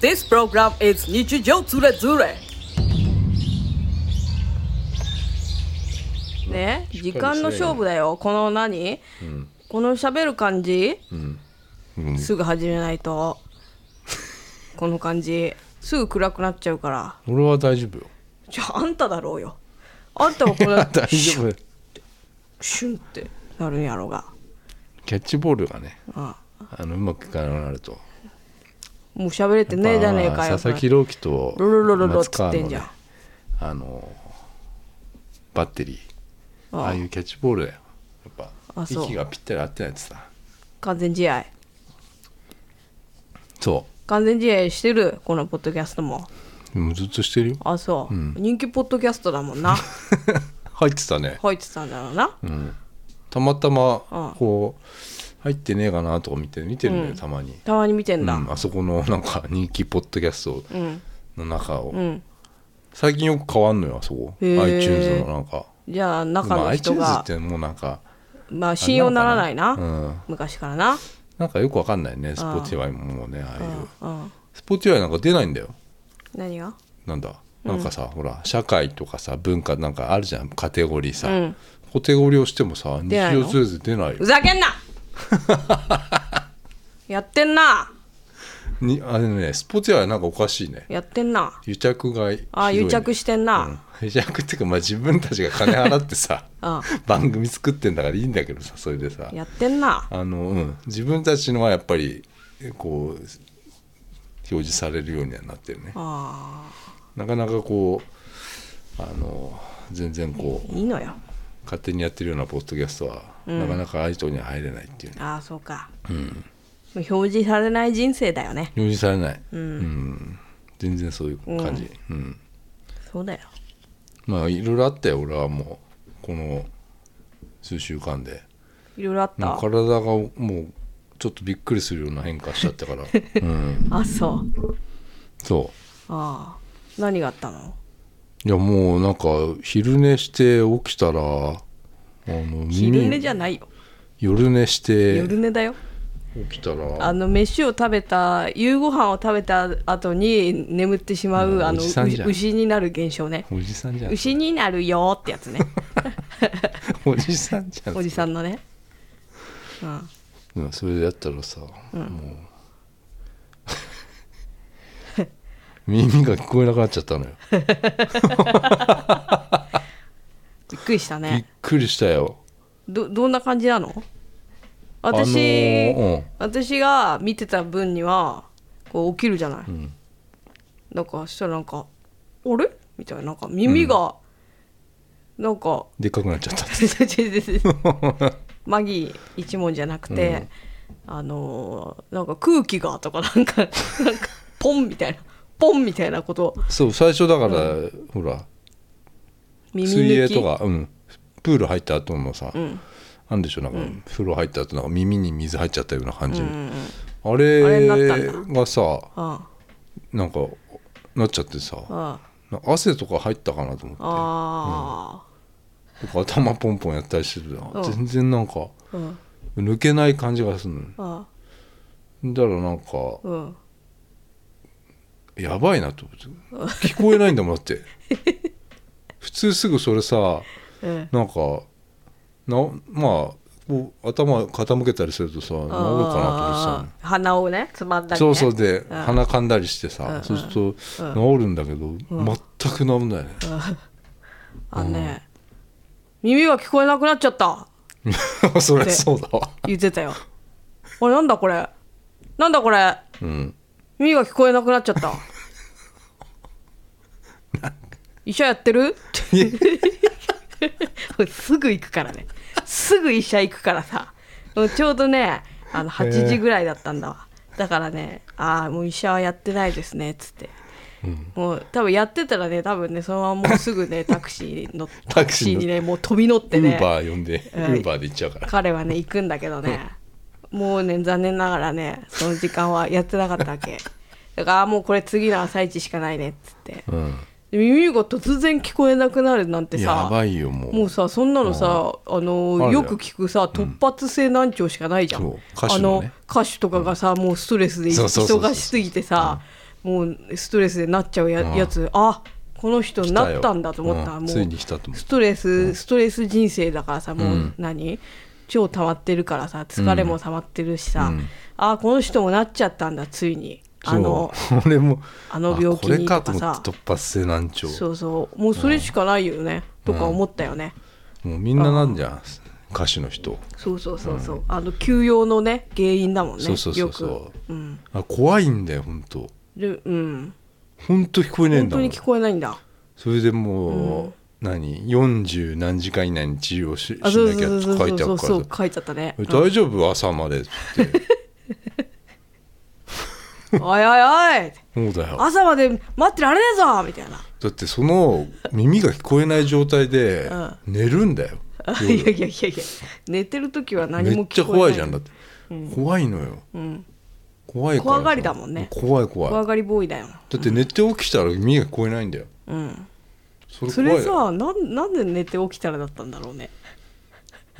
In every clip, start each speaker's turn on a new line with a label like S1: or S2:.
S1: This program is 日常つれづれ。ね、時間の勝負だよ。この何、この喋る感じ、すぐ始めないと。この感じ。すぐ暗くなっちゃうから。
S2: 俺は大丈夫よ
S1: じゃあ、あんただろうよ。あんたはこれ、
S2: 大丈夫
S1: シュンってなるんやろうが。
S2: キャッチボールがね
S1: あ
S2: あのうまくいかなくなると
S1: もう喋れてねえじゃねえか
S2: まあ
S1: よ。
S2: 佐々木朗希と
S1: ロロロロロっ
S2: 松
S1: つっ
S2: 川
S1: て
S2: の
S1: んじゃ
S2: ね
S1: ん。あ
S2: あのバッテリー
S1: あ
S2: ああいうキャッチボールだよやっぱ
S1: あそう
S2: 息がぴったり合ってないってさ
S1: 完全試合。
S2: そ
S1: 完全試合してる、このポッドキャストも。
S2: うもうずっとしてるよ
S1: あ、そう、人気ポッドキャストだもん な。
S2: 入ってたね
S1: 入ってたんだろうな。
S2: たまた
S1: あ
S2: ま
S1: あ
S2: こう入ってねえかなとか見て見てるんだよたまに、
S1: たまに見てんだ。
S2: うんあそこのなんか人気ポッドキャスト
S1: うん。
S2: の中を、
S1: うん。
S2: 最近よく変わんのよあそこ
S1: へー
S2: iTunes のなんか、
S1: じゃあ、中
S2: まあ、
S1: の人
S2: iTunes っ
S1: が、
S2: てもうなんか
S1: まあ、信用ならないな。
S2: うん、
S1: 昔からな。
S2: なんかよくわかんないね Spotify もねああいう
S1: うん。うん。
S2: Spotify なんか出ないんだよ
S1: 何が
S2: なんだなんかさ、ほら社会とかさ文化なんかあるじゃんカテゴリーさ、
S1: うん
S2: カテゴリーをしてもさ日
S1: 出ないの
S2: 常ずれず出ない
S1: ふ
S2: よ
S1: ざけん なやってんな。
S2: にあれね Spotify なんかおかしいね
S1: やってんな。
S2: 癒着がひどいね、
S1: ああ、癒着してん
S2: うん
S1: な。
S2: 癒着っていうかまあ自分たちが金払って さ
S1: あ
S2: 番組作ってんだからいいんだけどさそれでさ
S1: やってんな。
S2: あの、うん、自分たちのはやっぱりこう表示されるようにはなってるね
S1: あ
S2: なかなかこうあの全然こう
S1: あ、いいのよ。
S2: 勝手にやってるようなポッドキャストは、なかなかああいうとこには入れないっていうね
S1: ああ、そうか。もう表示されない人生だよね。
S2: 表示されない、うん全然そういう感じ、うん
S1: そうだよ。
S2: まあいろいろあったよ俺はもうこの数週間で
S1: いろいろあっ
S2: もう
S1: た。
S2: 体がもうちょっとびっくりするような変化しちゃった から、うん、
S1: あ、そう。
S2: そう
S1: ああ何があったの
S2: いやもうなんか昼寝して起きたらあの
S1: 昼寝
S2: 耳
S1: じゃないよ
S2: 夜寝して
S1: 夜寝だよ
S2: 起きたら
S1: あの飯を食べた夕ご飯を食べた後に眠ってしまう、
S2: もう
S1: あの
S2: おじさんじゃん
S1: う牛になる現象ね
S2: おじさんじゃん
S1: 牛になるよってやつね
S2: おじさんじゃん
S1: おじさんのねうん
S2: うんそれでやったらさ、もう 耳が聞こえなくなっちゃったのよ
S1: びっくりした
S2: びっ
S1: ね
S2: くりしたよ
S1: どどんな感じなの
S2: あの
S1: 私、
S2: ーうん
S1: 私が見てた分にはこう起きるじゃない、なんかそしたらなんか「あれ?」みたいななんか耳が、なんか
S2: でっかくなっちゃった
S1: 違う違う違う違うマギー一問じゃなくて、あのーなんか空気がとかなんか なんかポンみたいなポンみたいなこと
S2: そう最初だから、ほら
S1: 耳
S2: 水
S1: 抜
S2: 泳
S1: き
S2: とか、うん、プール入った後のさ、
S1: ん
S2: なんでしょうなんか、風呂入った後なんか耳に水入っちゃったような感じ、
S1: うんうん
S2: あ
S1: あれになった
S2: れ
S1: ん
S2: がさ
S1: あ
S2: なんかなっちゃってさ
S1: あ
S2: なんか汗とか入ったかなと思って
S1: あ
S2: とか頭ポンポンやったりしてた
S1: ん
S2: 全然なんか
S1: あうん
S2: 抜けない感じがするの
S1: あ
S2: だからなんか
S1: うん
S2: やばいなと思って聞こえないんだもんだって 普通すぐそれさ
S1: うん
S2: なんかなまあこう頭傾けたりするとさ治るかなと思ってたの
S1: あー鼻をねつまんだり、ね、
S2: そうそうで、
S1: ん
S2: 鼻かんだりしてさ、そうすると治るんだけど、全く治んないね、
S1: あのね、耳が聞こえなくなっちゃった
S2: そりゃそうだわ
S1: 言ってた よあれなんだこれなんだこれ
S2: うん
S1: 耳が聞こえなくなっちゃった医者やってるすぐ行くからねすぐ医者行くからさもうちょうどねあの8時ぐらいだったんだわ、だからね「ああもう医者はやってないですね」っつって、もう多分やってたらね多分ねそのままもうすぐねタクシーの タ
S2: タ
S1: ク
S2: ク
S1: シ
S2: シ
S1: ー
S2: ーの
S1: にねもう飛び乗っ
S2: ウ
S1: てね
S2: ーバー呼んでウ
S1: うん
S2: ーバーで行っちゃうから
S1: 彼はね行くんだけどねもうね残念ながらねその時間はやってなかったわけ だからあーもうこれ次の朝一しかないねっつって
S2: うん
S1: で耳が突然聞こえなくなるなんて
S2: や
S1: さ
S2: ばいよもう
S1: もうさそんなのさあの
S2: あるじゃ
S1: よ
S2: ん
S1: く聞くさ突発性難聴しかないじゃん、
S2: そう歌
S1: あ
S2: 手の
S1: の
S2: ね
S1: 歌手とかがさもうストレスで
S2: そうそうそうそう
S1: 忙しすぎてさもうストレスでなっちゃうや
S2: ああ
S1: やつあこの人
S2: 来よ
S1: なったんだと思ったら
S2: うん
S1: も
S2: ついうに来たと思っ
S1: ス
S2: た
S1: トレ
S2: う
S1: ス
S2: ん
S1: ストレス人生だからさも
S2: う
S1: うん何超溜まってるからさ疲れも溜まってるしさ、
S2: うん
S1: あこの人もなっちゃったんだついにあの
S2: そう 俺も
S1: あの病気に
S2: あこれか
S1: と
S2: と
S1: か
S2: 思
S1: さ
S2: って突発性難聴
S1: そうそうもうそれしかないよね、とか思ったよね、
S2: もうみんななんじゃん歌手の人
S1: そうそうそうそう、あの休養のね原因だもんね
S2: そうそうそうそう
S1: よくうん
S2: あ怖いんだよ本当
S1: でうん
S2: 本当聞こえねえん
S1: 本
S2: だ
S1: 当
S2: もん
S1: に聞こえないんだ
S2: それでもう、何40何時間以内に治療ししな
S1: あ
S2: き
S1: そう
S2: ゃっ
S1: そう
S2: て
S1: そうそ
S2: 書いうてあ
S1: そ
S2: る
S1: う
S2: か
S1: そ
S2: ら
S1: う書いちゃったね、
S2: え大丈夫朝ま でって言って
S1: うんおいおいおい
S2: そうだよ
S1: 朝まで待ってられねえぞみたいな
S2: だってその耳が聞こえない状態で寝るんだよ、
S1: いやいやいやいや寝てる時は何
S2: め
S1: も
S2: っちゃ
S1: 聞こ
S2: 怖
S1: え
S2: い
S1: ない
S2: じゃんだって、怖いのよ、
S1: ん
S2: 怖いからさ
S1: 怖がりだもんね
S2: 怖い怖い
S1: 怖がりボーイだよ
S2: だって寝て起きたら耳が聞こえないんだよ、
S1: うん
S2: それ
S1: そ
S2: 怖いよ
S1: れさなんなんで寝て起きたらだったんだろうね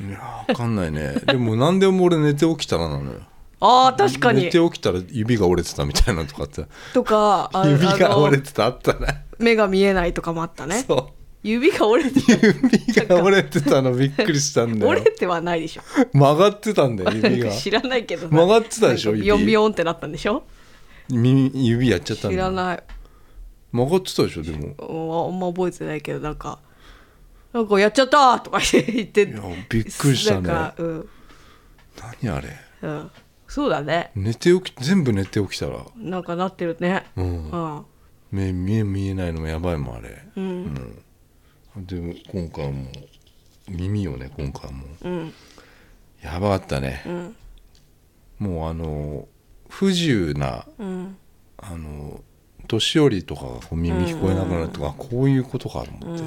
S2: いや分かんないねでも何でも俺寝て起きたらなのよ
S1: あー 確かに
S2: 寝て起きたら指が折れてたみたいなのとかって
S1: とかあ
S2: 指が折れ
S1: あの
S2: てたあったね
S1: 目が見えないとかもあったね
S2: そう
S1: 指が折れて
S2: 指が折れてたのびっくりしたんだ
S1: 折
S2: よ
S1: れてはないでしょ
S2: 曲がってたんだよ指が
S1: 知ら ないけど
S2: 曲がってたでしょ
S1: なんか
S2: 指
S1: ビヨンビヨンってなったんでしょ
S2: 耳指やっちゃったん
S1: 知
S2: だ
S1: ら
S2: よ
S1: ない
S2: 曲がってたでしょでも
S1: おあんま覚えてないけどなんか「なんかやっちゃった!」とか言って
S2: いやびっくりしたね
S1: なんかうん、
S2: 何あれ
S1: うん、そうだね
S2: 寝て起き全部寝て起きたら
S1: なんかなってるね
S2: うん
S1: うん
S2: 目見え見えないのもやばいもんあれ
S1: うん
S2: でも今回も耳をね今回も
S1: うん
S2: やばかったね、
S1: うん
S2: もうあの不自由な
S1: うん
S2: あの年寄りとかがこう耳聞こえなくなるとか、こういうことかと思って、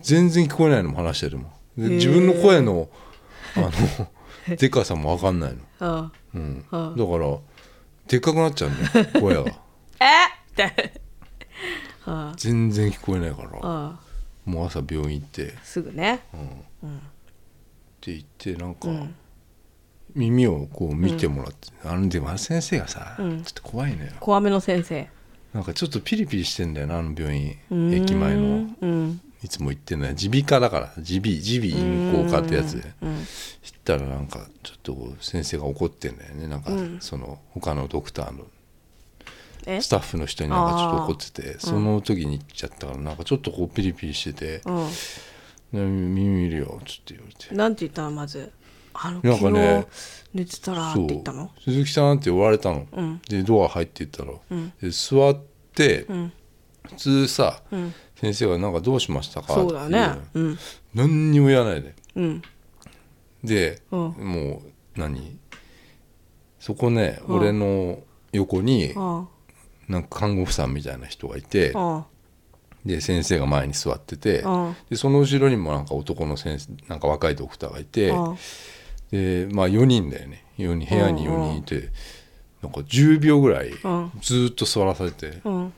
S2: 全然聞こえないのも話してるもんで
S1: へー
S2: 自分の声 のあのでかさも分かんないの、
S1: うん
S2: うん、だ
S1: うん
S2: からでっかくなっちゃうんだよ 声が
S1: えってうん
S2: 全然聞こえないから
S1: うん
S2: もう朝病院行ってっ
S1: すぐね
S2: て言ってなんか、
S1: うん
S2: 耳をこう見てもらって、あのでもあの先生がさ、
S1: うん
S2: ちょっと怖いのよ
S1: 怖めの先生
S2: なんかちょっとピリピリしてんだよなあの病院
S1: うーん
S2: 駅前の
S1: うん
S2: いつも行ってない耳鼻科だから耳鼻耳鼻咽喉科ってやつで
S1: うん
S2: 行ったらなんかちょっとこう先生が怒ってんだよねなんか
S1: うん
S2: その他のドクターの
S1: え
S2: スタッフの人になんかちょっと怒っててその時に行っちゃったからなんかちょっとこうピリピリしてて
S1: う
S2: 「で耳見るよ」ちょっと言われて
S1: んなんて言ったのまずあの
S2: なんかね
S1: 昨日寝てたらって言ったの
S2: そう「鈴木さん」って言われたの
S1: うん
S2: でドア入っていったら
S1: うん
S2: で座って
S1: うん
S2: 普通さ
S1: うん
S2: 先生が「なんかどうしましたか?」
S1: そうだね
S2: って
S1: うん
S2: 何にも言わないで
S1: うん
S2: で、
S1: うん
S2: もう何そこね、
S1: うん
S2: 俺の横に
S1: あ
S2: なんか看護婦さんみたいな人がいて
S1: ああ
S2: で先生が前に座ってて
S1: あ
S2: でその後ろにもなんか男の先生なんか若いドクターがいて
S1: あ
S2: でまあ4人だよね4人部屋に
S1: うん
S2: 4人いてなんか10秒ぐらいず
S1: ん
S2: ーっと座らされて
S1: うん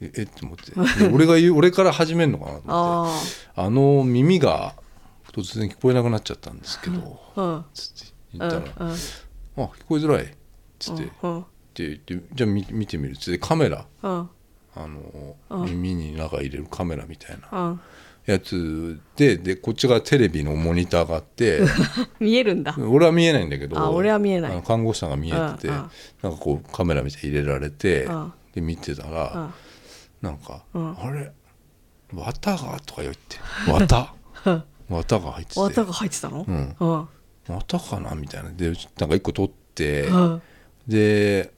S2: ええって思ってで俺が言 う俺から始めるのかなと思って
S1: あ
S2: あの耳が突然聞こえなくなっちゃったんですけど
S1: あうん
S2: つって
S1: う
S2: 言
S1: ん
S2: ったら
S1: うん
S2: あ聞こえづらい」っつって
S1: うん
S2: ででじゃあ見見てみる」っつってカメラ
S1: うん
S2: あの
S1: うん
S2: 耳に中入れるカメラみたいな
S1: うん
S2: やつででこっちがテレビのモニターが あって
S1: 見えるんだ
S2: 俺は見えないんだけど
S1: あ俺は見えない
S2: あの看護師さんが見えてて
S1: うんう
S2: なん
S1: ん
S2: かこうカメラみたいに入れられて
S1: うん
S2: で見てた
S1: う
S2: ら
S1: ん
S2: なんか「
S1: うん
S2: あれ綿が?」とか言って「綿」綿が入ってて
S1: 綿が入ってたの
S2: うん
S1: うん
S2: 綿かなみたいなでなんか一個取って
S1: うん
S2: で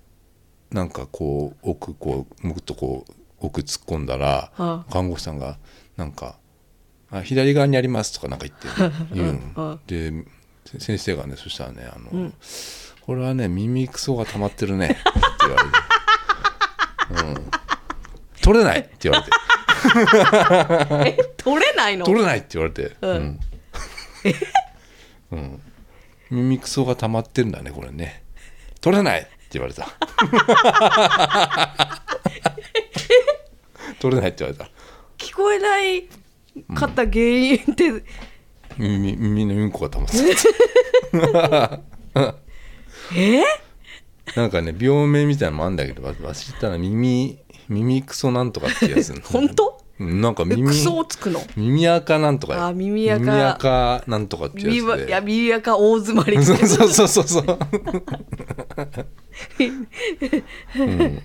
S2: なんかこう奥こうむくっとこう奥突っ込んだら
S1: うん
S2: 看護師さんがなんか「あ左側にあります」とかなんか言って言うのでせ先生がねそしたらねあの、これはね耳くそが溜まってるね」って言われて「うん、取れない」って言われて
S1: え取れない
S2: 「
S1: の
S2: 取れない」って言われて「
S1: うん
S2: うん うん耳くそが溜まってるんだねこれね取れない」って言わ れた取れないって言われた
S1: 聞こえないかった原因って
S2: 耳耳のうんこが溜まってた
S1: え
S2: なんかね病名みたいなのもあんだけどわ忘れたら耳耳クソなんとかってやつ
S1: 本当
S2: うんなんか
S1: え
S2: 耳
S1: クソをつくの
S2: 耳垢なんとか
S1: あ耳垢
S2: 耳垢なんとかって
S1: 耳
S2: や
S1: は
S2: つ
S1: い
S2: で
S1: や耳垢大詰まり
S2: そうそうそうそうそう、うん、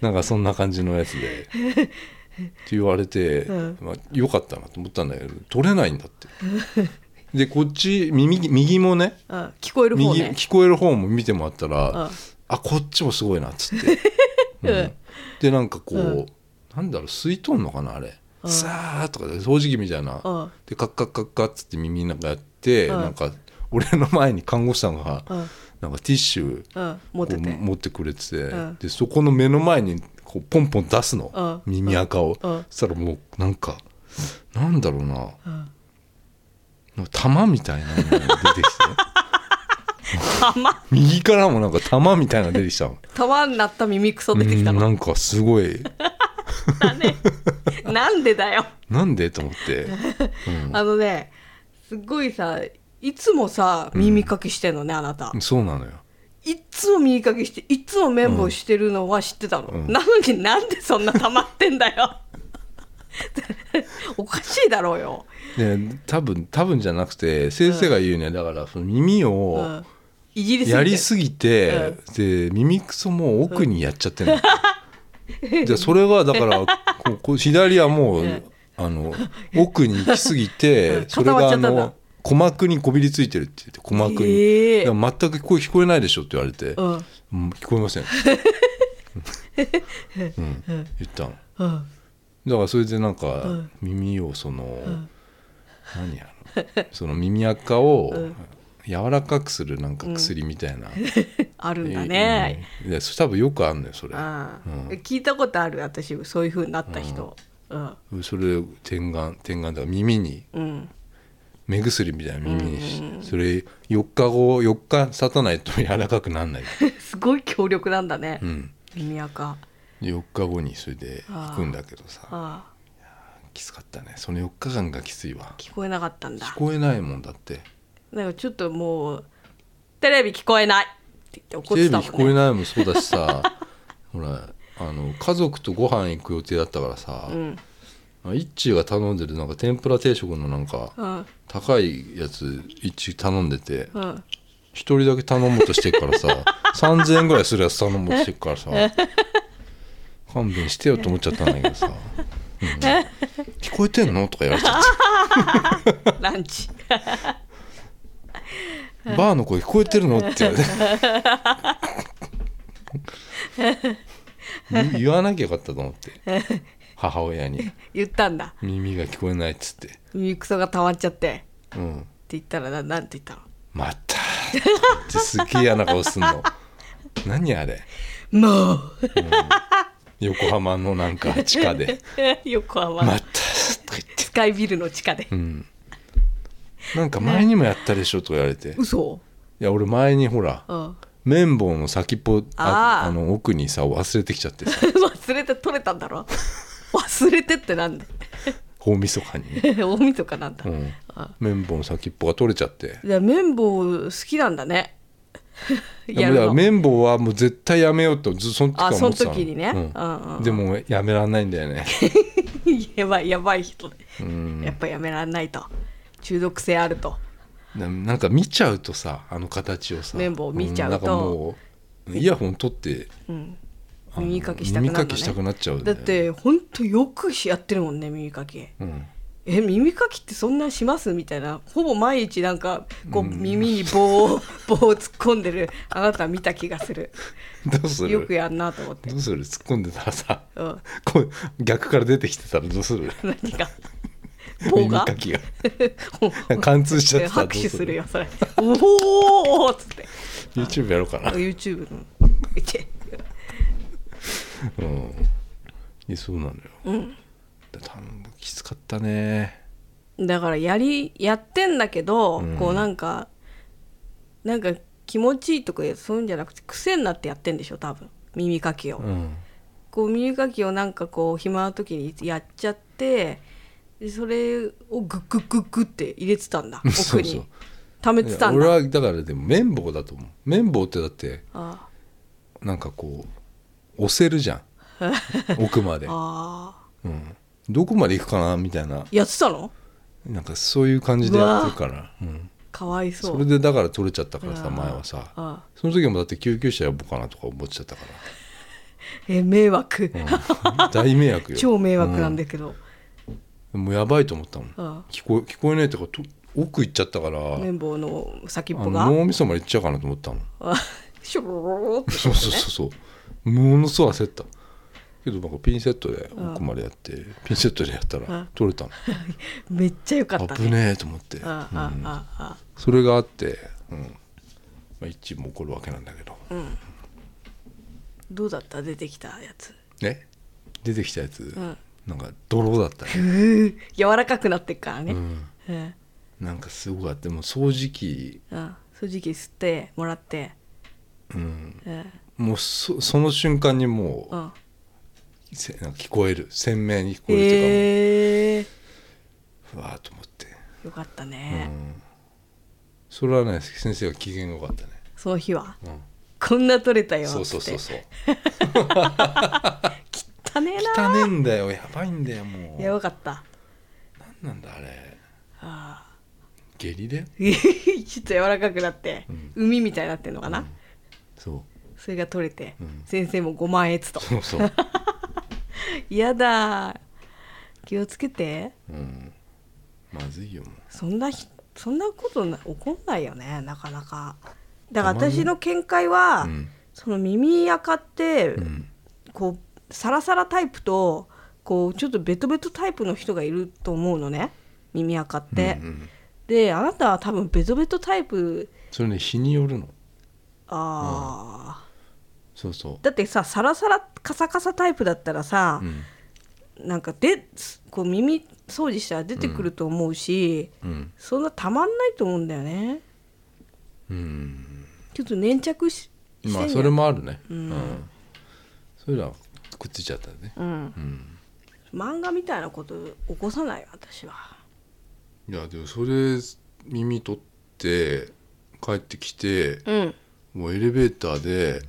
S2: なんかそんな感じのやつでって言われて、
S1: うん
S2: まあ、よかったなと思ったんだけど取れないんだってでこっち耳右もね
S1: うん聞こえる方
S2: 右
S1: ね
S2: 聞こえる方も見てもらったら、
S1: うん
S2: あこっちもすごいなっつって、うん
S1: うん
S2: でなんかこう、
S1: うん
S2: なんだろう吸い取んのかなあれ、
S1: うん
S2: さーとかで掃除機みたいな、
S1: うん
S2: でカッカッカッカッつって耳なんかやって、
S1: うん
S2: なんか俺の前に看護師さんが、
S1: うん
S2: なんかティッシュ
S1: うん持って
S2: こ
S1: て
S2: う持ってくれてて、
S1: うん
S2: でそこの目の前にこうポンポン出すの、
S1: うん
S2: 耳垢を、
S1: うん
S2: そしたらもうなんかなんだろうな
S1: うん
S2: なんか玉みたいなの が出てきて
S1: 玉
S2: 右からもなんか玉みたいなのが出てきたの。
S1: 玉になった耳クソ出てきた
S2: うん
S1: の
S2: なんかすごい
S1: なんでだよ
S2: なんでと思って、
S1: あのねすっごいさいつもさ耳かきしてんのね、あなた
S2: うん、そうなのよ
S1: いつも耳かきしていつも綿棒してるのは知ってたの、
S2: うん
S1: なのになんでそんな溜まってんだよ おかしいだろうよ、
S2: で多分多分じゃなくて先生が言うにはだからその耳
S1: う
S2: を
S1: ん、いじりすぎて
S2: やりすぎて、で耳くそもう奥にやっちゃってる の、でそれはだからここう左はもう、
S1: ん
S2: あの奥に行きすぎて、
S1: うん
S2: それ
S1: 固まっ
S2: が
S1: ち
S2: あ
S1: ゃったんだ
S2: の鼓膜にこびりついてるって言って鼓膜に、
S1: ええ
S2: だから全くこえ聞こえないでしょって言われて、
S1: うん
S2: うん聞こえ ません、うん、言ったの。
S1: うん
S2: だからそれでなんか
S1: うん
S2: 耳をその、
S1: ん
S2: 何やろその耳垢を
S1: うん
S2: 柔らかくするなんか薬みたいな、
S1: あるんだ
S2: え
S1: ね、
S2: えいやそ多分よくあんのよそれ
S1: ああ
S2: うん
S1: 聞いたことある私そういうふうになった人うん
S2: それ点眼点眼だから耳に
S1: うん
S2: 目薬みたいな耳にし、
S1: う
S2: それ4日後4日経たないと 柔らかくなんない、
S1: すごい強力なんだね、
S2: うん、
S1: 耳垢
S2: 4日後にそれで行くんだけどさ
S1: ああ
S2: きつかったねその4日間がきついわ
S1: 聞こえなかったんだ
S2: 聞こえないもんだって
S1: なんかちょっともうテレビ聞こえないって言って怒っ
S2: テレ
S1: てたも
S2: ビ
S1: んね
S2: 聞こえないもそうだしさ ほらあの家族とご飯行く予定だったからさ、
S1: うん
S2: イッチーが頼んでるなんか天ぷら定食のなんか
S1: うん
S2: 高いやつイッチー頼んでて
S1: うん
S2: 一人だけ頼もうとしてっからさ 3,000円ぐらいするやつ頼もうとしてっからさ勘弁してよと思っちゃったんだけどさ「 うん聞こえてんの?」とか言われちゃっ
S1: ランチ
S2: て 「バーの声聞こえてるの?」って言われて言わなきゃよかったと思って母親に。
S1: 言ったんだ
S2: 耳が聞こえないっつって、
S1: 耳くそが溜まっちゃってって
S2: うん、
S1: 言ったらななんて言ったの
S2: またってすげえ嫌な顔すんの何あれ
S1: もう
S2: 横浜のなんか地下 で
S1: 横
S2: 「
S1: 浜、
S2: また」とか言って、
S1: スカイビルの地下で、
S2: うん、なんか前にもやったでしょとか言われて、い
S1: 嘘
S2: や俺前にほら
S1: うん、
S2: 綿棒の先っぽあ
S1: あー
S2: あの奥にさ忘れてきちゃってさ
S1: 忘れて取れたんだろ忘れてってなんで
S2: 大晦日にね、
S1: 大晦日なんだ、だ
S2: う
S1: か
S2: ん
S1: あ、
S2: 綿棒の先っぽが取れちゃって。
S1: ら綿棒好きなんだね
S2: い
S1: や
S2: やだ
S1: る
S2: から
S1: の
S2: 綿棒はもう絶対やめようとずその時から
S1: あ
S2: 思ってたの
S1: その時にね
S2: うん
S1: うんうん
S2: でもやめられないんだよね
S1: やばいやばい人ね
S2: うん
S1: やっぱやめらんないと中毒性あると
S2: ななんか見ちゃうとさあの形をさ
S1: 綿棒見ちゃうと
S2: んなんかもうイヤホン取って
S1: うん
S2: あの
S1: 耳かきしたくなるの、ね、
S2: 耳かきしたくなっちゃうんだ
S1: だ
S2: よ
S1: っ、てほんとよくしやってるもんね耳かき
S2: うん、
S1: え耳かきってそんなしますみたいなほぼ毎日なんかこう耳に棒を 棒を突っ込んでるあなた見た気がする
S2: どうする
S1: よくやんなと思って
S2: どうする突っ込んでたらさ
S1: うん
S2: こう逆から出てきてたらどうする
S1: 何が 棒が
S2: 耳かきが
S1: もう
S2: 貫通しちゃってたら
S1: 拍
S2: どう
S1: 手
S2: す
S1: す
S2: る
S1: るよそれおおっつって
S2: YouTube やろうかな、
S1: YouTube のいけ
S2: うんいやそうなのよ、だ多分きつかったね
S1: だからやりやってんだけど、
S2: うん
S1: こうなんかなんか気持ちいいとかそういうんじゃなくて癖になってやってんでしょ多分耳かきを、
S2: うん
S1: こう耳かきをなんかこう暇な時にやっちゃってでそれをグッグッグッグッって入れてたんだ奥に
S2: そうそう
S1: 溜め
S2: い
S1: て
S2: や
S1: たん
S2: 俺
S1: だ
S2: はだからでも綿棒だと思う綿棒ってだって
S1: あ
S2: なんかこう押せ るじゃん奥まで、
S1: ああ
S2: うん、どこまで行くかなみたいな
S1: やってたの
S2: なんかそういう感じでやってるから、うん、
S1: かわいそう
S2: それでだから取れちゃったからさ
S1: うわ
S2: 前はさ
S1: あ
S2: その時もだって救急車呼ぼうかなとか思っちゃったか
S1: え迷惑、
S2: ら大迷惑よ
S1: 超迷惑なんだけど、
S2: うんもうやばいと思ったもん
S1: あ
S2: 聞こえ聞こえないとかと奥行っちゃったから、
S1: 綿棒の先っ
S2: あ
S1: ぽ
S2: の
S1: が
S2: 脳みそまで行っちゃうかなと思ったの
S1: あシュルルルルって
S2: そうそうそうそうものすごい焦ったけどなんかピンセットで奥までやって、ピンセットでやった
S1: うん
S2: ら取れたの
S1: めっちゃ良かった
S2: 危
S1: ね
S2: ねえと思って、
S1: あ
S2: うん
S1: ああ
S2: それがあって、うんまあ、一致も起こるわけなんだけど、
S1: どうだった出てきたやつ
S2: ね出てきたやつ、
S1: ん
S2: なんか泥だった
S1: う
S2: ね、
S1: ー柔らかくなってっからね、う
S2: うんん、なんかすごかったもう掃除機、
S1: うん掃除機吸ってもらって、
S2: うん、
S1: うん
S2: もうそその瞬間にも
S1: うん、
S2: う、せなんか聞こえる鮮明に聞こえるというかもう、
S1: へえ
S2: うわーと思って、
S1: よかった
S2: う
S1: ね、
S2: ん、それはね先生が機嫌が良かったね、
S1: その日は
S2: うん、
S1: こんな取れたよっつっ
S2: そう
S1: て
S2: そうそうそう
S1: 汚ねえな
S2: 汚ねえんだよやばいんだよもう
S1: やばかった
S2: 何なんだあれ
S1: あ
S2: 下痢だよ
S1: ーちょっと柔らかくなって、
S2: うん
S1: 海みたいになってんのかな、
S2: そ
S1: それが取れて、
S2: うん
S1: 先生もご満悦と
S2: うそう そう、
S1: やだー気をつけて
S2: うん、まずいよもう
S1: そんなひそんなことな起こんないよねなかなかだから
S2: たまに
S1: 私の見解は、
S2: うん
S1: その耳垢って、
S2: うん
S1: こうサラサラタイプとこうちょっとベトベトタイプの人がいると思うのね耳垢って、
S2: うんうん
S1: であなたは多分ベトベトタイプ
S2: それね日によるの
S1: あー、
S2: そうそ
S1: だってさサラサラカサカサタイプだったらさ
S2: う、う、ん
S1: なんかですこう耳掃除したら出てくると思うし、
S2: うん
S1: そんなたまんないと思うんだよね
S2: うん
S1: ちょっと粘着ししてんじゃ
S2: ま
S1: ん
S2: あそれもあるね
S1: うん
S2: それらくっついちゃったね
S1: うん
S2: うん
S1: 漫画みたいなこと起こさないよ私はい
S2: やでもそれ耳取って帰ってきて
S1: うん
S2: もうエレベータ ーで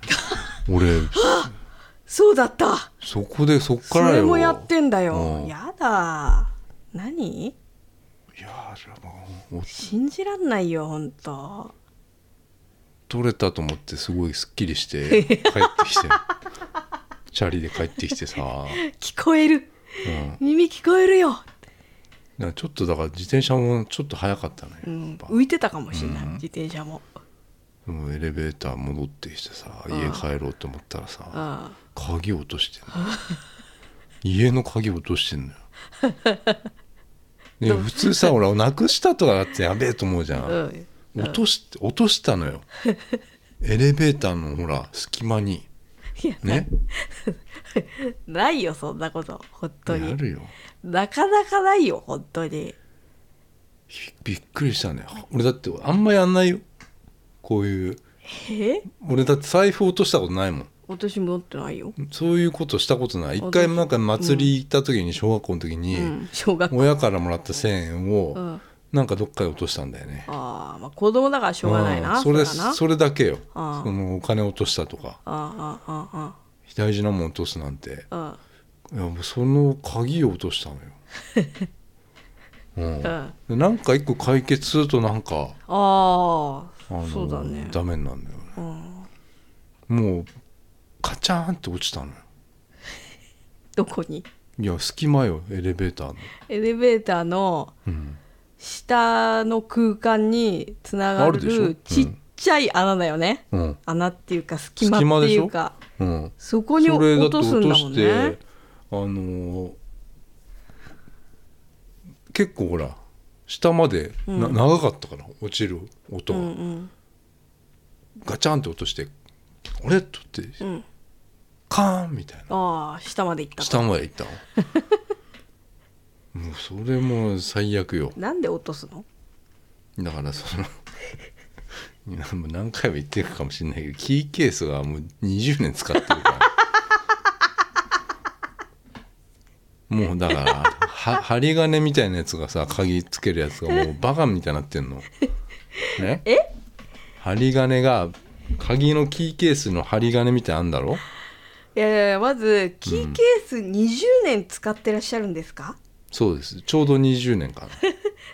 S2: 俺
S1: そうだった
S2: そこでそっ
S1: そ
S2: からよ
S1: れもやってんだ
S2: う
S1: よ
S2: ん
S1: やだ何
S2: いやーじゃあもう
S1: 信じらんないよほんと
S2: 取れたと思ってすごいすっきりして 帰ってきてチャリで帰ってきてさ、
S1: 聞こえる
S2: うん、
S1: 耳聞こえるよ、
S2: だからちょっとだから自転車もちょっと早かったね、
S1: うん、
S2: やっぱ
S1: 浮いてたかもしれない、
S2: うん
S1: 自転車も
S2: でもエレベーター戻ってきてさ家帰ろうと思ったらさ
S1: あ
S2: 鍵落としてんの家の鍵落としてんのよで普通さ俺なくしたとかだってやべえと思うじゃ
S1: あ
S2: ん、
S1: うん
S2: 落とし落とした のよエレベーターのほら隙間に
S1: いや
S2: ね
S1: ないよそんなこと本当
S2: や
S1: に
S2: るよ
S1: なかなかないよ本当に
S2: ひびっくりしたね俺だってあんまやんないよこういう
S1: え
S2: 俺だって財布落としたことないもん
S1: 私持ってないよ、
S2: そういうことしたことない
S1: 私
S2: 一回もなんか祭り行った時に小学校の時
S1: う
S2: に
S1: ん、小学校
S2: 親からもらった1,000円
S1: う
S2: を
S1: ん
S2: なんかどっかで落としたんだよね
S1: ああまあ子供だからしょうがないな、
S2: うんそれ
S1: だな
S2: それだけよそ
S1: ああ
S2: のお金落としたとか
S1: ああああ
S2: 大事なもん落とすなんて
S1: ああ
S2: いやもうその鍵を落 としたのよ、うん
S1: うんあ
S2: でなんか一個解決するとなんか
S1: あ
S2: あの
S1: そうだね
S2: ダメになるんだよね
S1: うん
S2: もうカチャーンって落ちたのよ
S1: どこに
S2: いや隙間よエレベーターの、
S1: エレベーターの
S2: うん、
S1: 下の空間につなが
S2: あるでしょう
S1: る
S2: ん
S1: ちっちゃい穴だよね、
S2: うん
S1: 穴っていうか隙間っていうか
S2: うん、
S1: そこに
S2: それだ
S1: 落
S2: っ
S1: と
S2: て
S1: す
S2: 落
S1: んだ
S2: と
S1: も
S2: し
S1: ん
S2: て、
S1: ね
S2: あのー結構ほら下までな、
S1: うん
S2: 長かったから落ちる音
S1: う
S2: が、
S1: んうん
S2: ガチャンって落として「あれ?」っとって、
S1: うん
S2: カーンみたいな
S1: ああ下まで行った
S2: 下
S1: か
S2: まで行った のもうそれも最悪よ
S1: なんで落とすの
S2: だからその もう何回も言ってるかもしれないけどキーケースがもう20年使ってるから もうだからは針金みたいなやつがさ鍵つけるやつがもうバカみたいになってんのね
S1: え
S2: 針金が鍵のキーケースの針金みたいなのあんだろ
S1: いやいやいやまずキーケース20年使ってらっしゃるんですか
S2: そうですちょうど20年かな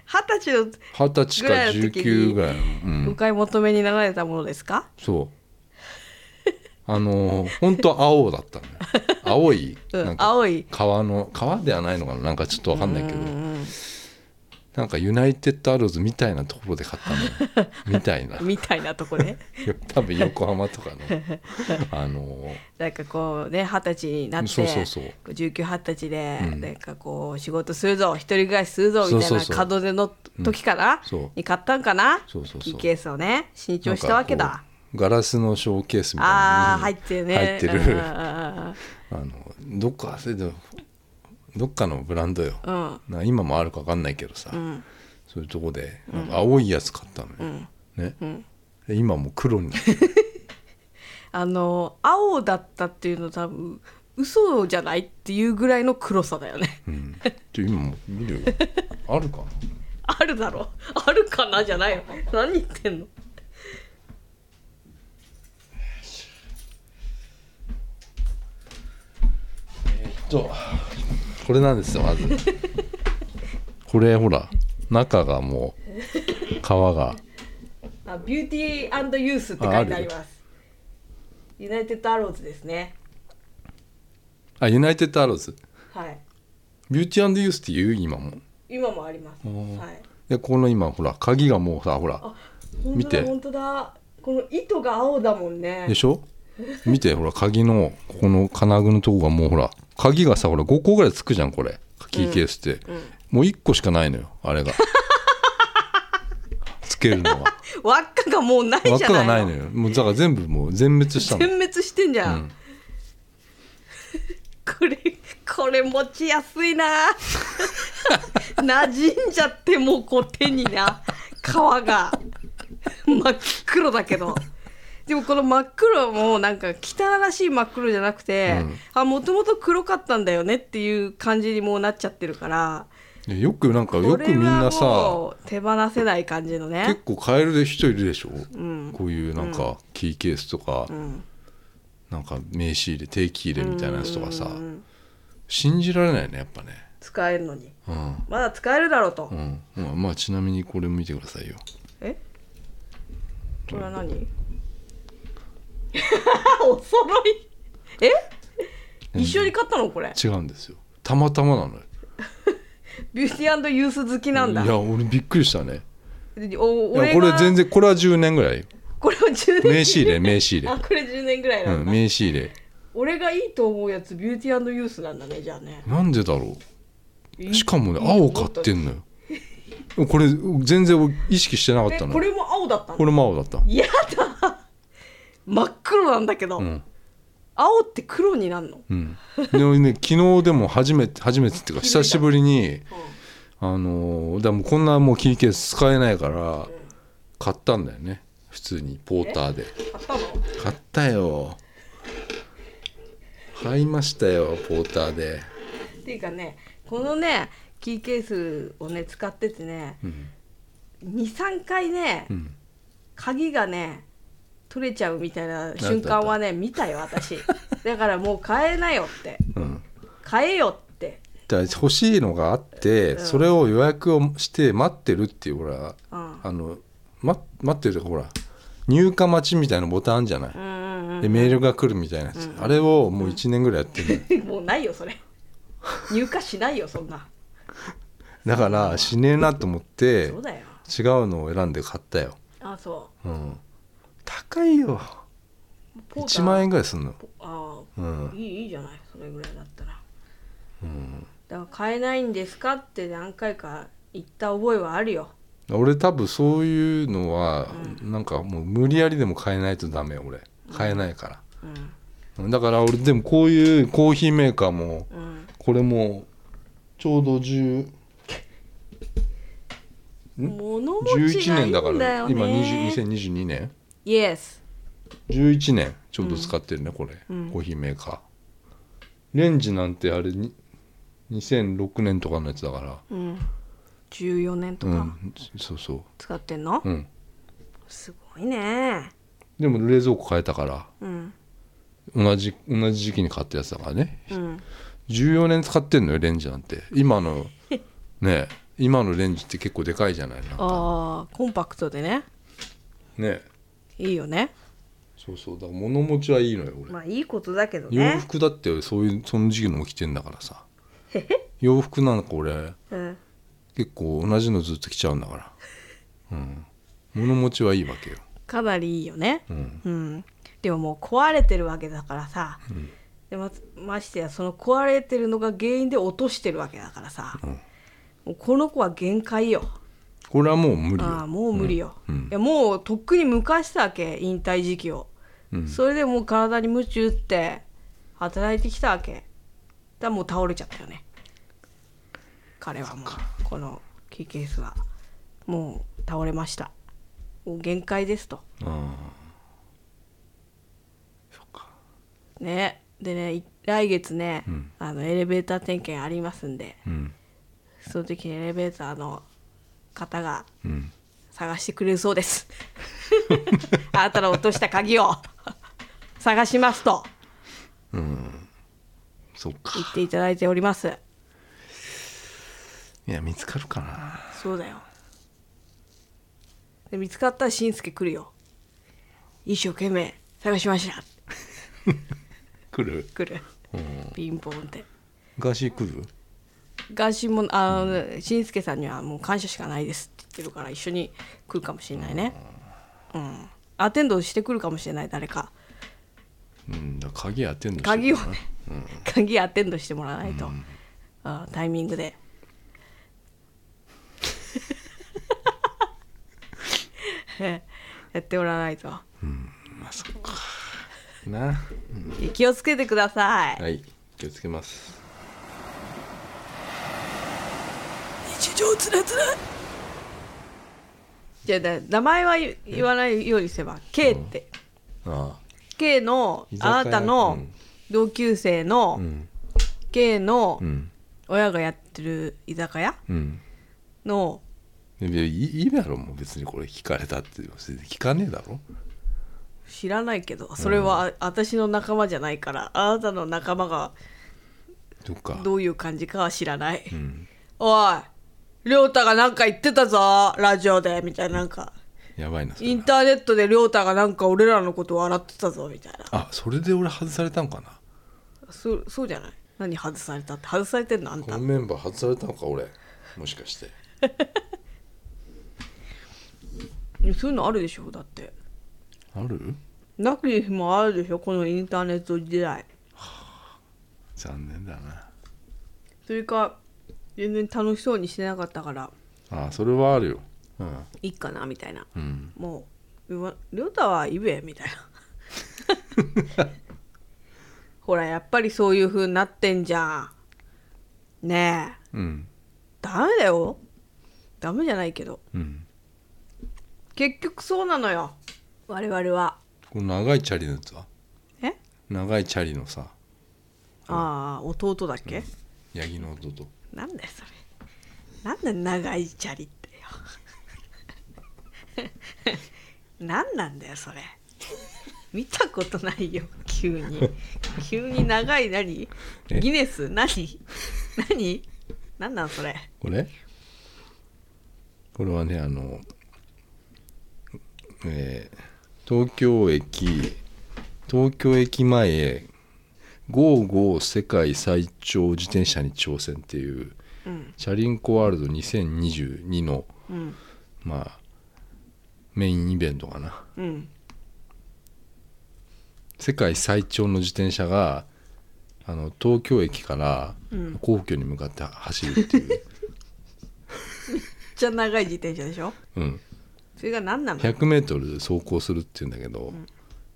S1: 二十、歳
S2: 二十歳か19ぐらいの、う
S1: のお
S2: ん、
S1: 買い求めになられたものですか、
S2: そうあのー本当は青だったのよ青い
S1: うん
S2: なんか
S1: 青い
S2: 川の川ではないのかななんかちょっとわかんないけど
S1: うんうん
S2: なんかユナイテッドアローズみたいなところで買った のよみたいな
S1: うんみたいなとこね
S2: 多分横浜とかのあの
S1: なんかこうね二十歳になって
S2: そうそうそう
S1: 1920歳で、
S2: うん
S1: なんかこう仕事するぞ一人暮らしするぞみたい
S2: そ
S1: な
S2: うそうそう
S1: 門出の時かな、
S2: そう
S1: に買ったんかな
S2: そうそうそう
S1: キーケースをね新調したわけ
S2: なん
S1: だ
S2: かこうガラスのショーケースみたい
S1: あ
S2: な
S1: あー入ってるね
S2: 入ってる
S1: うんうん
S2: あのどっか忘れてどっかのブランドよ、
S1: うんうん
S2: な今もあるか分かんないけどさ、
S1: ん
S2: そういうとこでなんか青いやつ買ったのよ、ね、で今もう黒になってる
S1: あの青だったっていうの多分嘘じゃないっていうぐらいの黒さだよね
S2: うん、ちょ今もう見 るよあるかな
S1: あるだろあるかなじゃないよ何言ってんの
S2: そうこれなんですよまずこれほら中がもう皮が
S1: あビューティーユースって書いてありますユナイテッドアローズですね
S2: あユナイテッドアローズ
S1: はい
S2: ビューティーユースって言う今も
S1: 今もあります
S2: ー
S1: はい
S2: でこの今ほら鍵がもうさほら
S1: あ本
S2: 見
S1: 当だ
S2: て
S1: 本当だこの糸が青だもんね
S2: でしょ見てほら鍵のここの金具のとこがもうほら鍵がさほら5個ぐらいつくじゃんこれキーケースって、もう1個しかないのよあれが つけるのは
S1: 輪っかがも うないじゃ
S2: 輪っ
S1: ない
S2: か
S1: の
S2: がないのよもうだから全部もう全滅したの
S1: 全滅してんじゃん、
S2: うん
S1: これこれ持ちやすいな 馴染んじゃってもうこう手にな皮が真っ黒だけどでもこの真っ黒もなんか汚らしい真っ黒じゃなくて、
S2: うん
S1: あもともと黒かったんだよねっていう感じにもうなっちゃってるから
S2: いやよくなんかよ
S1: こ
S2: く
S1: れ
S2: みん
S1: は
S2: なさ
S1: もう手放せない感じのね
S2: 結構買える人いるでしょ、
S1: ん
S2: こういうなんかキーケースとか、
S1: ん
S2: なんか名刺入れ定期入れみたいなやつとかさ、
S1: うん
S2: 信じられないねやっぱね
S1: 使えるのに
S2: うん
S1: まだ使えるだろうと、
S2: うん、まあ、まあちなみにこれ見てくださいよ
S1: えこれは何 お揃いえ一緒に買ったのこれ
S2: 違うんですよたまたまなのよ
S1: ビューティーユース好きなんだ
S2: いや俺びっくりしたね
S1: お
S2: いや
S1: 俺
S2: こ
S1: が
S2: れ全然これは10年ぐらいよ
S1: これは10年
S2: 名刺入れ名刺入れ
S1: あこれ10年ぐらいな
S2: うんん
S1: だ、
S2: 名刺入れ
S1: 俺がいいと思うやつビューティーユースなんだねじゃあね
S2: なんでだろ
S1: いうい
S2: しかもね青買ってんのよこれ全然俺意識してなかった
S1: え
S2: の
S1: これも青だった
S2: こ
S1: の
S2: れも青だった
S1: やだ真っ黒なんだけど、
S2: うん
S1: 青って黒になんの、
S2: うん、でもね昨日でも初めて初めてっていうか
S1: 気づいた
S2: 久しぶりに
S1: うん
S2: あのーだからもうこんなもうキーケース使えないから買ったんだよね普通にポーターで
S1: 買ったの
S2: 買ったよ買いましたよポーターで、
S1: っていうかねこのねキーケースをね使っててね
S2: うん
S1: 23回ね
S2: うん、
S1: 鍵がね取れちゃうみたいな瞬間はね見たよ私だからもう買えなよって
S2: うん、
S1: 買えよって
S2: だから欲しいのがあって、それを予約をして待ってるっていうほら
S1: うん
S2: あの、ま、待ってるとかほら入荷待ちみたいなボタンあるじゃない、
S1: うんうん
S2: でメールが来るみたいなやつ、あれをもう1年ぐらいやってるのよ
S1: うんもうないよそれ入荷しないよそんな
S2: だからしねえなと思って違
S1: そう
S2: う
S1: だよ
S2: のを選んで買ったよ、
S1: あそ
S2: うん、高いよ
S1: うポーター
S2: 1万円ぐらいすんの
S1: ポあ
S2: う
S1: あ
S2: ん
S1: いいいいじゃないそれぐらいだったらだから買えないんですかって何回か言った覚えはあるよ
S2: 俺多分そういうのは、なんかもう無理やりでも買えないとダメ俺買えないから、
S1: うん
S2: だから俺でもこういうコーヒーメーカーも
S1: うん
S2: これもちょうど10
S1: 物持ちが
S2: 11
S1: いい
S2: 年
S1: んだ
S2: だか
S1: よね
S2: ら今20 2022年
S1: Yes
S2: 11年ちょうど使ってるね、これ、コーヒーメーカーレンジなんてあれに2006年とかのやつだから
S1: うん14年と
S2: う
S1: か
S2: んそうそ
S1: 使ってんの、
S2: ううん
S1: すごいね
S2: でも冷蔵庫変えたから
S1: うん
S2: 同じ同じ時期に買ったやつだからね
S1: うん
S2: 14年使ってんのよレンジなんて 今のね今のレンジって結構でかいじゃないなんか
S1: ああコンパクトでね
S2: ね
S1: いいよね
S2: そうそうだから物持ちはいいのよ俺、
S1: まあいいことだけど
S2: 洋
S1: ね
S2: 服だってそういうその時期のも着てんだか らさ洋服なんか俺
S1: うん
S2: 結構同じのずっと着ちゃうんだからうん物持ちはいいわけよ
S1: かなりいいよね
S2: うん
S1: うんでももう壊れてるわけだからさ、でまましてやその壊れてるのが原因で落としてるわけだからさ、
S2: うん
S1: もうこの子は限界よ
S2: これはもう無理よ
S1: ああもう無理よ、
S2: うんうん
S1: いやもうとっくに昔したわけ引退時期を、
S2: うん
S1: それでもう体に鞭打って働いてきたわけだからもう倒れちゃったよね彼はもうこのキーケースはもう倒れましたもう限界ですと
S2: ああそっか
S1: ねでねい来月ね、
S2: うん
S1: あのエレベーター点検ありますんで
S2: うん
S1: その時にエレベーターの方が
S2: うん
S1: 探してくれるそうです あなたの落とした鍵を探しますと
S2: そっか
S1: 言っていただいております
S2: いや見つかるかな
S1: そうだよで見つかったらしんすけ来るよ一生懸命探しました
S2: 来る
S1: 来るピンポンって
S2: ガーシー来る
S1: ガーシーもあのしんすけさんにはもう感謝しかないですって言ってるから一緒に来るかもしれないねうんアテンドしてくるかもしれない誰か
S2: うんだから鍵当てんのして
S1: 鍵を
S2: るかな
S1: ね、鍵アテンドしてもらわないと、あタイミングで やってもらわないと
S2: まあそっかな
S1: 気をつけてください、
S2: はい気をつけます
S1: 日常つらつらじゃあだ名前は言言わないようにすれば K って、
S2: あ
S1: K の
S2: 居酒屋
S1: あなた
S2: う
S1: の
S2: ん
S1: 同級生の
S2: あうん
S1: K の
S2: うん
S1: 親がやってる居酒屋
S2: うん
S1: の
S2: いやいいいいだろもう別にこれ聞かれたって別に聞かねえだろ
S1: 知らないけどそれはあ私の仲間じゃないからあなたの仲間が
S2: そっか
S1: どういう感じかは知らない、
S2: うん
S1: おい亮太がなんか言ってたぞラジオでみたいななんか
S2: やばいなそれ
S1: インターネットで亮太がなんか俺らのこと笑ってたぞみたい
S2: あそれで俺外されたんかな
S1: なそそうじゃない何外されたって外されてんのあん
S2: こ
S1: た
S2: のメンバー外されたのか俺もしかして
S1: そういうのあるでしょだって
S2: ある
S1: なき日もあるでしょこのインターネット時代
S2: 残念だな
S1: というか全然楽しそうにしてなかったから
S2: あそれはあるようん
S1: いいかなみたいな
S2: うん
S1: もううわ亮太はイベみたいな ほらやっぱりそういう風になってんじゃんねえ
S2: うん
S1: ダメだよダメじゃないけど
S2: うん
S1: 結局そうなのよ我々は
S2: この長いチャリのやつは
S1: え
S2: 長いチャリのさ
S1: ああ弟だっけ、
S2: ヤギの音と
S1: なんだよそれなんで長いチャリってよ なんなんだよそれ見たことないよ急に急に長い何
S2: え
S1: ギネス何何なんなんそれ
S2: これこれはねあのえー東京駅東京駅前へ「55世界最長自転車に挑戦」っていう、
S1: うん
S2: チャリンコワールド2022の
S1: うん
S2: まあメインイベントかな
S1: うん
S2: 世界最長の自転車があの東京駅から
S1: うん
S2: 皇居に向かって走るっていう、
S1: じゃ長い自転車でしょ
S2: うん、
S1: それが何なの
S2: 100m 走行するっていうんだけど、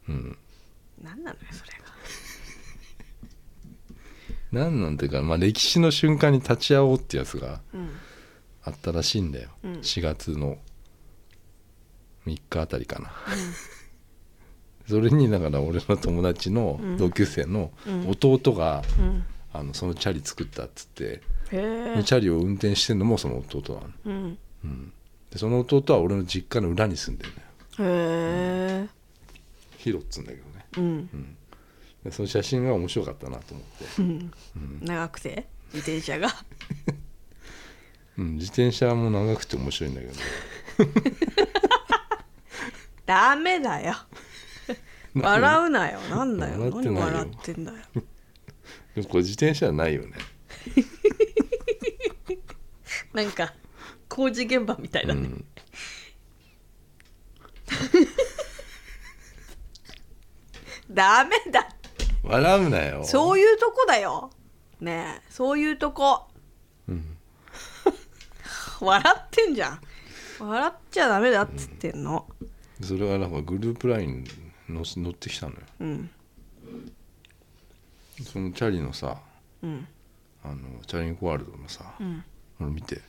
S1: 何なのよそれが
S2: なんなんていうか、まあ、歴史の瞬間に立ち会おうってやつが
S1: うん
S2: あったらしいんだよ、
S1: うん
S2: 4月の3日あたりかな、それにだから俺の友達の同級生の弟が、
S1: うん
S2: あのそのチャリ作ったっつって、
S1: へえ
S2: チャリを運転してんのもその弟なの
S1: うん
S2: でその弟は俺の実家の裏に住んでるのよ
S1: へえ
S2: ヒロっつうんだけどね
S1: うん
S2: でその写真が面白かったなと思って、
S1: 長くて自転車が
S2: うん、自転車も長くて面白いんだけどね
S1: ダメだ よ笑うなよなんだよ
S2: 笑って
S1: 何
S2: ないよ
S1: 笑ってんだ よ
S2: でもこれ自転車はないよね
S1: なんか工事現場みたいだね、ダメだって
S2: 笑うなよ
S1: そういうとこだよねえそういうとこ、 笑ってんじゃん笑っちゃダメだっつってんの、
S2: それはなんかグループラインの乗ってきたのよ、
S1: ん
S2: そのチャリのさ、
S1: ん
S2: あのチャリンコワールドのさ、俺見て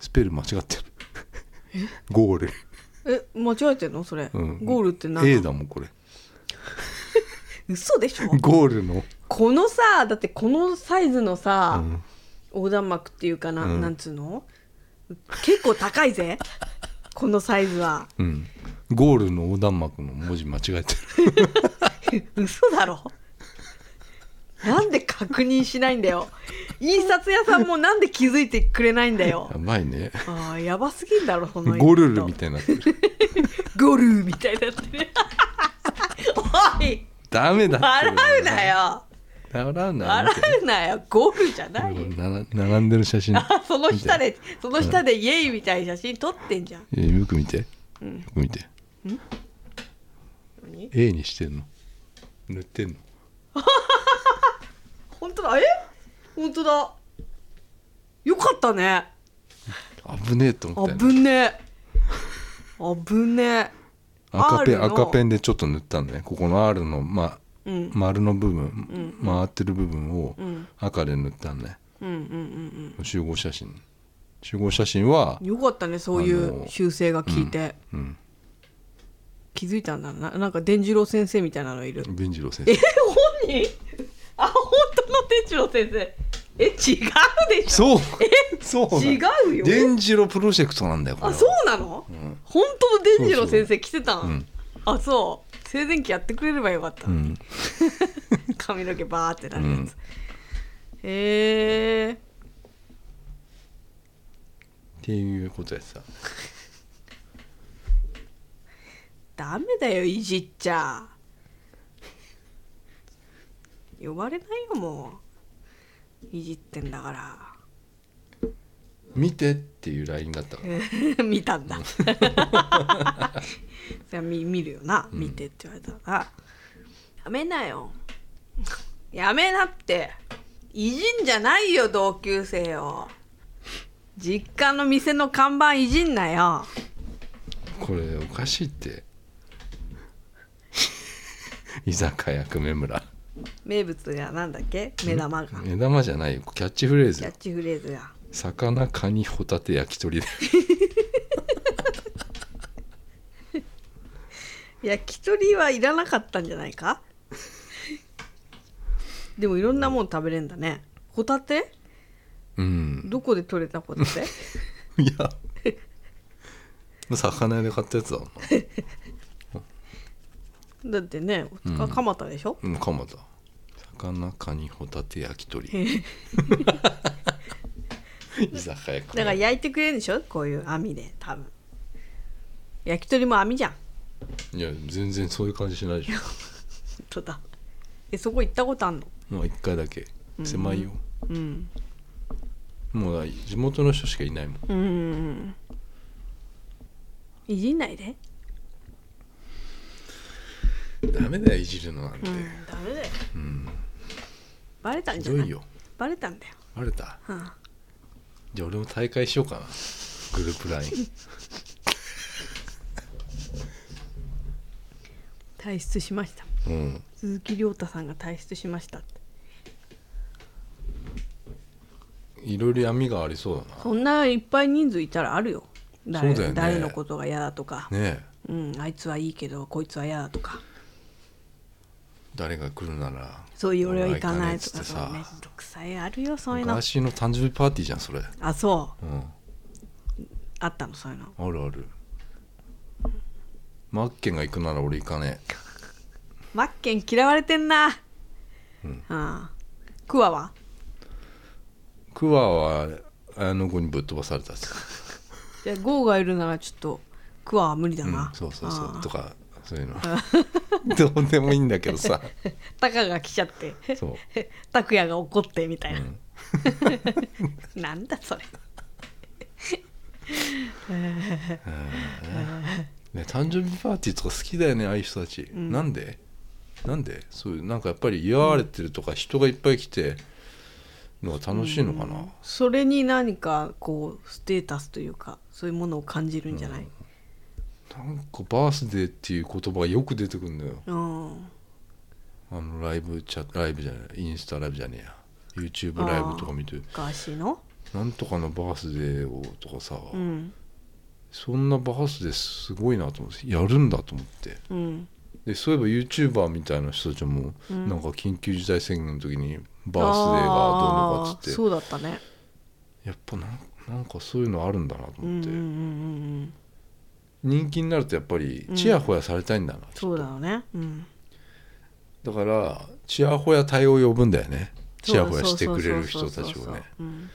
S2: スペル間違ってるゴール、
S1: え間違えてんのそれ、
S2: うん、
S1: ゴールって何
S2: A だもんこれ
S1: 嘘でしょ
S2: ゴールの
S1: このさだってこのサイズのさ、
S2: うん
S1: 横断幕っていうかな、
S2: うん
S1: なんつうの結構高いぜこのサイズは
S2: うんゴールの横断幕の文字間違えてる
S1: 嘘だろなんで確認しないんだよ印刷屋さんもなんで気づいてくれないんだよ
S2: やばいね
S1: あーやばすぎんだろその
S2: ゴルルみ
S1: い
S2: たいになってる
S1: なゴルーみたいになってるおい
S2: ダメだって
S1: 笑うなよ
S2: 笑うなよ
S1: 笑うなよゴルーじゃないよ
S2: なら並んでる写真
S1: あその下でその下でイエイみたいな写真撮ってんじゃん
S2: えーよく見て、よく見て
S1: 何
S2: A にしてんの塗ってんの
S1: 本当だえ本当だよかったね
S2: 危ねえと思
S1: あ
S2: ったよ
S1: ぶ
S2: ね
S1: ねあぶね
S2: 赤ペ
S1: R
S2: ン
S1: の
S2: 赤ペンでちょっと塗ったんだねここの R の、ま
S1: うん
S2: 丸の部分、回ってる部分を
S1: ん
S2: 赤で塗ったんね、
S1: うんうんうん
S2: 集合写真集合写真は
S1: うんよかったねそうい
S2: あの
S1: う修正が効いて、
S2: うん
S1: 気づいたんだななんか伝次郎先生みたいなのいる
S2: 弁次郎先
S1: え
S2: 生
S1: 本人あ本当の伝次郎先生え違うでしょ
S2: そうそうなの
S1: 違うよ
S2: 伝次郎プロジェクトなんだよこ
S1: あ
S2: れは
S1: そうなの、本当の伝次郎先生来てたん
S2: うん
S1: あそう静電気やってくれればよかった、
S2: うん、
S1: 髪の毛バーってなるやつ、
S2: うん
S1: へえ
S2: っていうことやってた
S1: ダメだよいじっちゃ呼ばれないよもういじってんだか
S2: 見てっていうラインがあったから
S1: ら 見たんだ そりゃ見見るよな見てって言われたらな、やめなよ やめなっていじんじゃないよ同級生を実家の店の看板いじんなよ
S2: これおかしいって 居酒屋久米村
S1: 名物がなんだっけ目玉が
S2: 目玉じゃないよキャッチフレーズ
S1: キャ
S2: よ
S1: ッチフレーズが
S2: 魚カニホタテ焼き鳥で
S1: 焼き鳥はいらなかったんじゃないか でもいろんなもん食べれんだねホタテ
S2: うん
S1: どこで取れたホタテ
S2: いや魚屋で買ったやつだもんな
S1: だってねか蒲田でしょ、
S2: うんかもだ魚カニホタテ焼 き鳥居酒屋
S1: だか
S2: 久
S1: ら
S2: 米
S1: 焼いてくれるんでしょこういう網で多分焼き鳥も網じゃんほ
S2: いや全然そういう感じしないでしょ
S1: んとだえそこ行ったことあんの
S2: まあ一回だけ狭いよ、
S1: うん
S2: もうだ地元の人しかいないもん
S1: うーんいじんないで
S2: ダメだよいじるのなん
S1: う
S2: て、
S1: んダメだよ、バレたん
S2: ひ
S1: じゃ
S2: ど
S1: ない
S2: いよ
S1: バレたんだよ
S2: バレた、
S1: ん
S2: じゃあ俺も大会しようかなグループライン
S1: 退出しました
S2: うん
S1: 鈴木亮太さんが退出しましたって
S2: いろいろ闇がありそうだ
S1: そんないっぱい人数いたらあるよ誰
S2: そうだよね
S1: 誰のことが嫌だとか、
S2: なね
S1: う
S2: え
S1: ん、あいつはいいけどこいつは嫌だとか
S2: 誰が来るなら
S1: そういう俺は行か
S2: 俺は
S1: ない
S2: 行かないっ
S1: と
S2: つっ
S1: か
S2: て
S1: そう
S2: さ
S1: めんどくさいあるよそういうの
S2: 昔の誕生日パーティーじゃんそれうん
S1: あそう
S2: あ
S1: あったのそういうの
S2: るあるマッケンが行くなら俺行かねえ
S1: マッケン嫌われてんな、うん、あークワは
S2: クワはあの子にぶっ飛ばされたっす
S1: じゃあゴーがいるならちょっとクワは無理だな、
S2: うん、そうそうそ
S1: あ
S2: う
S1: ー
S2: とかそういうのどうでもいいんだけ どさ
S1: タカが来ちゃって
S2: そう
S1: 拓也が怒ってみたいな、 なんだそれ
S2: ね、誕生日パーティーとか好きだよねああいう人たち、なんでなんでそういうなんかやっぱり祝われてるとか人がいっぱい来てのが楽しいのかな、
S1: それに何かこうステータスというかそういうものを感じるんじゃない、
S2: なんかバースデーっていう言葉がよく出てくるんだよ
S1: うん
S2: あのライブチャライブじゃないインスタライブじゃねえや YouTube ライブとか見て
S1: ガーシーの
S2: なんとかのバースデーをとかさ、
S1: うん
S2: そんなバースデーすごいなと思ってやるんだと思って
S1: うん
S2: でそういえば YouTuber みたいな人たちも、なんか緊急事態宣言の時にバースデーがどうの
S1: あ
S2: かっつ
S1: ー
S2: って
S1: そうだったね
S2: やっぱなんなんかそういうのあるんだなと
S1: うんう
S2: 思
S1: ん
S2: っ
S1: う
S2: て、
S1: んうん
S2: 人気になるとやっぱりチヤホヤされたいんだな、
S1: そうだよねうん
S2: だからチヤホヤ対応呼ぶんだよねチヤホヤして
S1: そう
S2: くれる
S1: そ
S2: 人
S1: うそ
S2: た
S1: うそう
S2: ち
S1: そう
S2: をね
S1: うん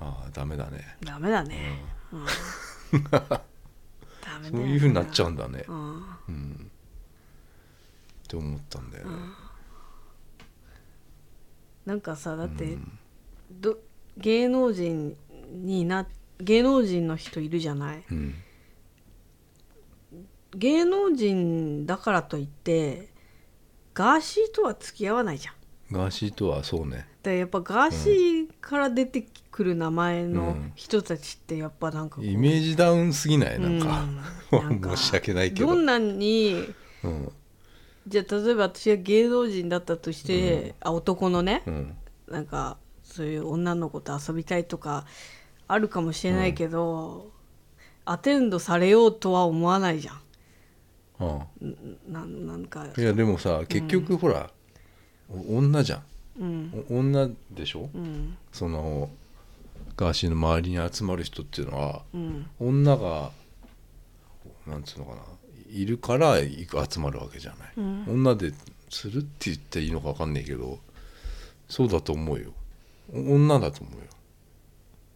S2: ああダメだね
S1: ダメだね、うんダ メだよ
S2: そういうふうになっちゃうんだね、
S1: う
S2: っ
S1: ん
S2: て思ったんだよね、
S1: なんかさだって、ど芸能人にな芸能人の人いるじゃない
S2: うん
S1: 芸能人だからといってガーシーとは付き合わないじゃん
S2: ガーシーとはそうね
S1: だからやっぱガーシーから出てくる名前
S2: う
S1: の
S2: ん
S1: 人たちってやっぱなんかこう
S2: イメージダウンすぎないなんか,、
S1: うんなんか
S2: 申し訳ないけど
S1: どんなに
S2: うん
S1: じゃあ例えば私が芸能人だったとして、あ男のね
S2: う、ん
S1: なんかそういう女の子と遊びたいとかあるかもしれないけど、アテンドされようとは思わないじゃん。
S2: ああ
S1: なんなんか
S2: いやでもさ結局ほら、お女じゃん
S1: うん
S2: お女でしょ、
S1: うん
S2: そのガーシーの周りに集まる人っていうのは
S1: うん
S2: 女がなんつうのかないるからいく集まるわけじゃない、女でするって言っていいのか分かんないけどそうだと思うよお女だと思うよ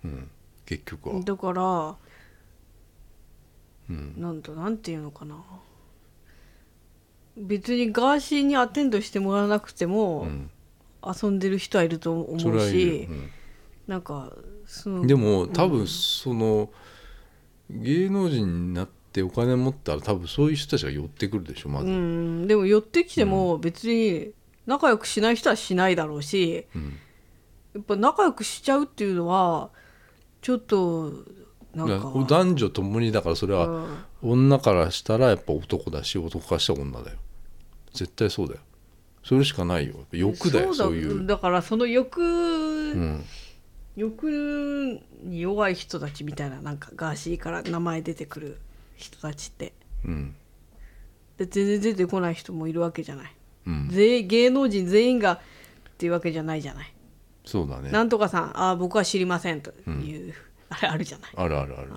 S2: うん結局は
S1: だから、
S2: うん
S1: なんとなんていうのかな別にガーシーにアテンドしてもらわなくても、
S2: うん
S1: 遊んでる人はいると
S2: そ
S1: 思う
S2: れはいる
S1: し
S2: よ、
S1: なんかそ
S2: うん
S1: の
S2: でも多分その芸能人になってお金持ったら多分そういう人たちが寄ってくるでしょま
S1: う
S2: ず、
S1: んでも寄ってきても別に仲良くしない人はしないだろうし、
S2: うん
S1: やっぱ仲良くしちゃうっていうのはちょっとなん
S2: だ
S1: か
S2: から男女ともにだからそれは、
S1: うん
S2: 女からしたらやっぱ男だし男からしたら女だよ絶対そうだよそれしかないよやっぱ欲だよそういう、
S1: だからその欲、
S2: うん、
S1: 欲に弱い人たちみたいななんかガーシーから名前出てくる人たちって
S2: うん
S1: で全然出てこない人もいるわけじゃない、
S2: うん
S1: 全員芸能人全員がっていうわけじゃないじゃない
S2: そうだね
S1: なんとかさんああ僕は知りませんという、 あれあるじゃない
S2: あるあるある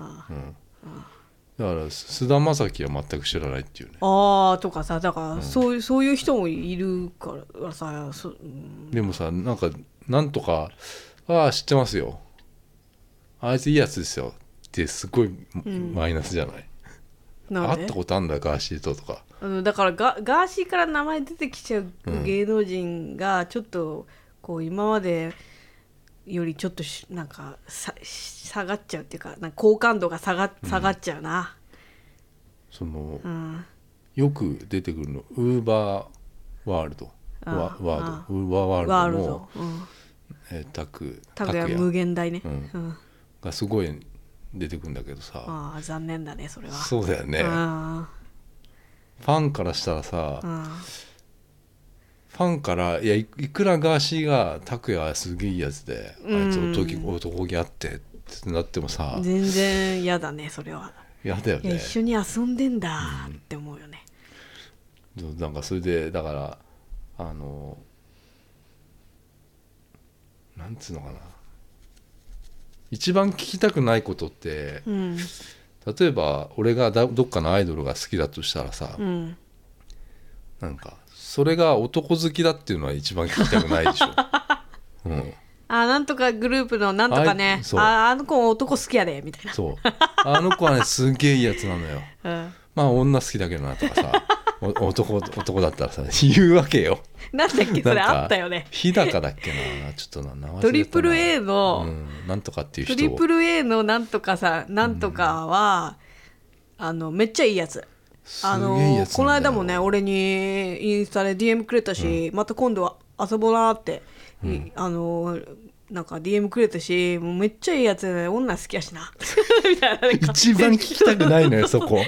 S2: うん、だから菅田将暉は全く知らないっていうね
S1: ああとかさだからそういう、そういう人もいるからさそうん
S2: でもさなんかなんとか「ああ知ってますよあいついいやつですよ」ってすごいマイナスじゃない、
S1: なん
S2: 会っ
S1: で
S2: たことあんだよガーシーととか
S1: あのだからガガーシーから名前出てきちゃう芸能人がちょっとこう今までよりちょっとしなんかさし下がっちゃうっていうかなんか好感度が下が下がっちゃうな、
S2: その
S1: うん
S2: よく出てくるのウーバーワールド
S1: あ
S2: ワ
S1: あ
S2: ワードウーバー
S1: ワ
S2: ワ
S1: ー
S2: ール
S1: ル
S2: ド
S1: ド
S2: の、
S1: うん、
S2: えータク
S1: 拓
S2: 拓
S1: 哉
S2: 也
S1: 無限大ね、
S2: うん
S1: うん
S2: がすごい出てくるんだけどさ
S1: ああ残念だねそれは
S2: そうだよねフ
S1: あ
S2: ァンからしたらさ
S1: ああ
S2: ファンからいやいいくらガーシーが拓也はすげえいいやつであいつ男男気あってってなっても
S1: あ
S2: さ
S1: 全然嫌だねそれは、
S2: やだよ
S1: いや
S2: ね
S1: 一緒に遊んでんだって思うよね、
S2: なんかそれでだからあのなんつうのかな一番聞きたくないことって
S1: うん
S2: 例えば俺がだどっかのアイドルが好きだとしたらさ、
S1: うん
S2: なんかそれが男好きだっていうのは一番聞きたくない でしょ、うん、
S1: あなんとかグループのなんとかね
S2: あそう
S1: ああの子男好きやでみたい
S2: そうあの子はねすげえいいやつなのよ
S1: な、うん、
S2: まあ女好きだけどなとかさお男男だったらさ言うわけよ
S1: なんだっけそれあったよね
S2: 日高だっけなちょっとな名前忘れたな
S1: トリプル A の
S2: うん、なんとかっていう
S1: ト
S2: 人
S1: リプル A のなんとかさなんとかは、あのめっちゃいいやつあの
S2: すげえいいやつ
S1: この
S2: なんだ
S1: 間
S2: よ
S1: もね俺にインスタで DM くれたし、また今度は遊ぼうなって、いあのなんか DM くれたしもうめっちゃいいやつで女好きやし なみたいなね
S2: 一番聞きたくないのよそ こ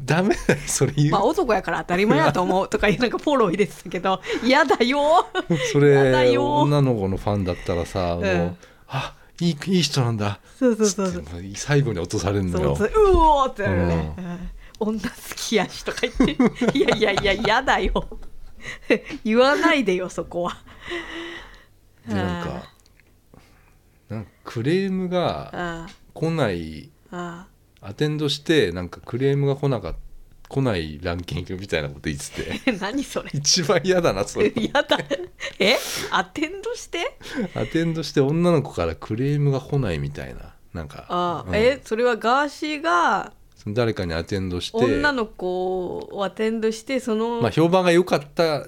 S2: ダメだよそれ言う、
S1: まあ男やから当たり前やと思うとかいうなんかフォロー入れてたけど嫌だよ
S2: そ
S1: やだ
S2: れ
S1: よ
S2: 女の子のファンだったらさ、
S1: ん
S2: もうあいいいい人なんだ
S1: そうそうそう
S2: つってもう最後に落とされるの
S1: そう
S2: よ
S1: そううおーってなるね、うん女好きやしとか言っていやいやいや嫌だよ 言わないでよそこは
S2: でなんかなんかクレームが
S1: あ
S2: 来ない
S1: ああ
S2: アテンドしてなんかクレームが来なかっ来ないランキングみたいなこと言って て
S1: あ何それ
S2: 一番嫌だなそれ
S1: 嫌だえアテンドして
S2: アテンドして女の子からクレームが来ないみたいななんか
S1: ああ、
S2: うん
S1: えそれはガーシーが
S2: その誰かにアテンドして
S1: 女の子をアテンドしてその、
S2: まあ、評判が良かった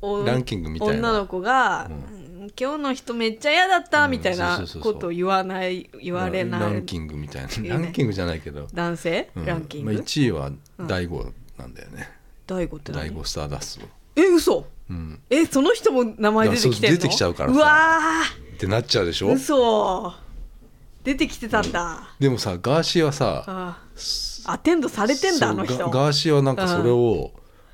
S1: お
S2: ランキングみたいな
S1: 女の子が、
S2: う
S1: うん今日の人めっちゃ嫌だった」みたい
S2: うんそ
S1: な
S2: うそうそうそう
S1: ことを言わない言われ
S2: ラ
S1: な
S2: ン
S1: い
S2: キングみたい
S1: ね
S2: なランキングじゃないけど、
S1: 男性、
S2: うん
S1: ランキン
S2: まあ、
S1: グ
S2: 1位は大悟なんだよね、
S1: 大悟って
S2: 大
S1: 何
S2: 悟スターダスト、
S1: え嘘
S2: うん、
S1: えその人も名前出てきてんの
S2: いやそう出てきちゃうからさ
S1: うわ
S2: ってなっちゃうでし
S1: ー
S2: ょ
S1: 嘘出てきてたんだ、
S2: でもさガーシーはさ
S1: あアテンドされてんだあ
S2: そう
S1: の
S2: ガ
S1: 人
S2: ガーシーはなんかそれを、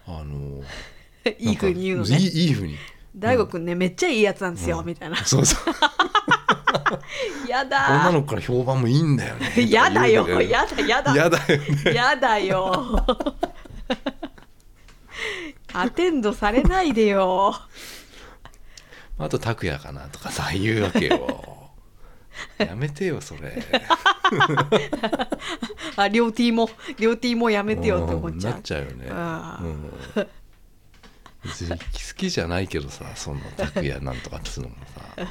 S2: あの
S1: いいふうに言うの
S2: なんか
S1: ね
S2: いいいいふうに
S1: 大悟くんねめっちゃいいやつなんですよ、みたいな
S2: そうそう
S1: や
S2: 女
S1: だ
S2: の子から評判もいいんだよ
S1: ー
S2: ね
S1: やだよ
S2: とか言うん
S1: やだやだ
S2: やだよね
S1: やだよ アテンドされないでよ
S2: あと拓也かなとかさ言うわけ よやめてよそれ
S1: あ両 T も両 T もやめてよって思っ
S2: ん
S1: ちゃう
S2: なっちゃうよね、
S1: あ
S2: うん別に好きじゃないけどさそんな拓也なんとかってするのも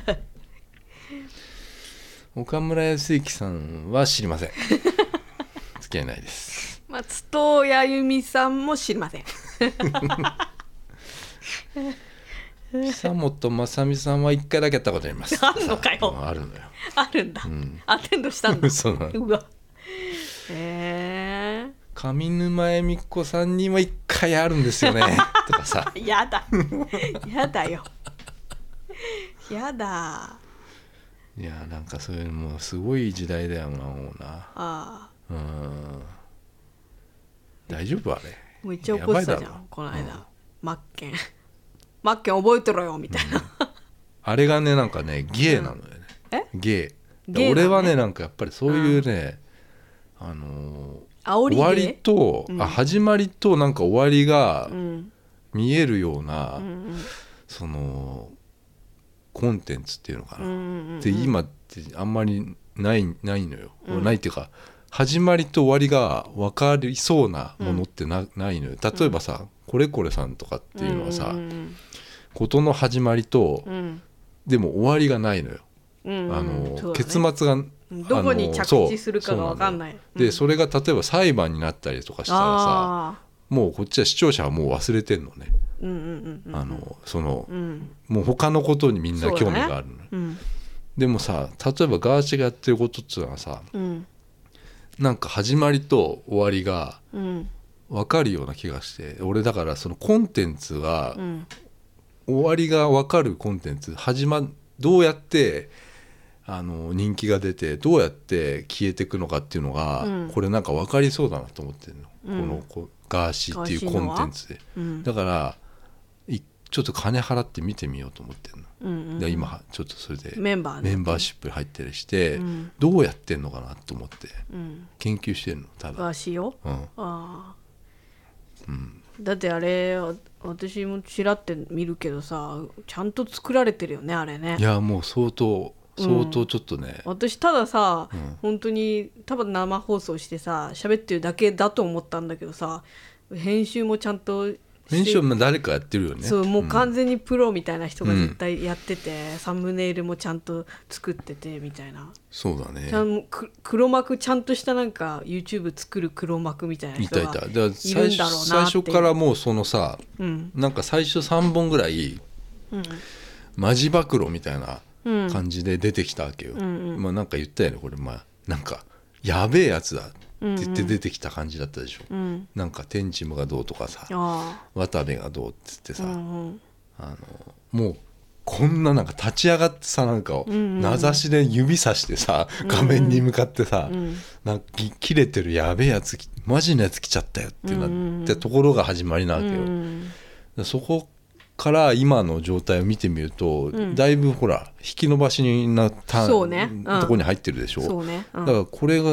S2: さ岡村康之さんは知りません付き合いないです
S1: 松任谷由実さんも知りません
S2: 久本雅美さんは一回だけやったことあります
S1: あんのかよ
S2: うんあるのよ
S1: あるんだ、
S2: ん
S1: アテンドしたんだ
S2: そうなの
S1: うわえ
S2: 上沼恵美子さんにも一回あるんですよねとかさ
S1: ー、や だやだよやだ
S2: いやなんかそういうのもすごい時代だよなもうな
S1: あ
S2: うん大丈夫あれ
S1: ーもう一応怒ってたじ
S2: やばいだ
S1: ゃ
S2: ろ
S1: んこの間、マッケンマッケン覚えてろよみたいな、
S2: あれがねなんかねゲーなのよね、
S1: え
S2: ゲー
S1: ゲイなのね
S2: 俺はねなんかやっぱりそういうね、あの
S1: 煽
S2: ー、
S1: り
S2: 終
S1: で
S2: わりと、
S1: うん
S2: あ始まりとなんか終わりが
S1: うん
S2: 見えるような、
S1: うんうん
S2: そのコンテンツっていうのか
S1: う
S2: な、
S1: んうん
S2: で今ってあんまりないないのよ、
S1: うん
S2: ないっていうか始まりと終わりが分かりそうなものってな,、ないのよ例えばさ、これこれさんとかっていうのはさ、
S1: うん
S2: 事の始まりと、
S1: うん
S2: でも終わりがないのよ、
S1: うん
S2: あの
S1: そうだね
S2: 結末が
S1: どこに
S2: あの
S1: 着
S2: そ
S1: 地
S2: う
S1: するかが分かんない
S2: そうのよで
S1: れ
S2: それが例えば裁判になったりとかしたらさ
S1: あ
S2: もうこっちは視聴者はもう忘れてんのね、
S1: ーうんうんうんうん
S2: あのその
S1: うん
S2: もう他のことにみんな興味があるのよ、
S1: うん
S2: でもさ例えばガーシーがやってることっていうのはさ
S1: うん
S2: なんか始まりと終わりが
S1: うん
S2: 分かるような気がして俺だからそのコンテンツが、
S1: うん
S2: 終わりが分かるコンテンツ始まどうやってあの人気が出てどうやって消えていくのかっていうのが、
S1: うん
S2: これなんか分かりそうだなと思ってるの、
S1: うん
S2: このこガーシーっていうコンテンツで
S1: うん
S2: だからいちょっと金払って見てみようと思ってるの、
S1: うんうん
S2: で今はちょっとそれで
S1: メンバーね
S2: メンバーシップに入ったりして、
S1: うん
S2: どうやってんのかなと思って
S1: うん
S2: 研究してるのただ、
S1: ガーシーを
S2: うん、
S1: ああだってあれあ私もちらって見るけどさちゃんと作られてるよねあれね
S2: いやもう相当相当ちょっとね、
S1: 私たださ、
S2: うん
S1: 本当に多分生放送してさ喋ってるだけだと思ったんだけどさ編集もちゃんと
S2: 編集はまあ誰かやってるよね
S1: そうもう完
S2: ん
S1: 全にプロみたいな人が絶対やってて、サムネイルもちゃんと作っててみたいな、
S2: そうだね
S1: ちゃんく黒幕ちゃんとしたなんか YouTube 作る黒幕みたいない人
S2: たい
S1: が
S2: ただから
S1: い
S2: 最
S1: るん
S2: 初
S1: だろう
S2: 最
S1: なって
S2: 初からもうそのさ
S1: うん
S2: なんか最初3本ぐらい
S1: うん
S2: マジ暴露みたいな
S1: うん
S2: 感じで出てきたわけよ、
S1: ん
S2: まあなんか言ったよねこれまあなんかやべえやつだって言って出てきた感じだったでしょ、
S1: うん
S2: なんか天チムがどうとかさ
S1: あ
S2: 渡部がどうって言って
S1: あ
S2: さ、
S1: うんうん
S2: あのもうこんななんか立ち上がってさなんかを
S1: んうん
S2: 名指しで指さしてさ画面に向かってさ、
S1: うん
S2: なんかき切れてるやべえやつきマジのやつ来ちゃったよって
S1: うんうんう
S2: なんってところが始まりなわけよ、
S1: うん
S2: でそこから今の状態を見てみると、
S1: ん
S2: だいぶほら引き伸ばしなた
S1: そうねうん
S2: ところに入ってるでしょ
S1: そうね、うん
S2: だからこれが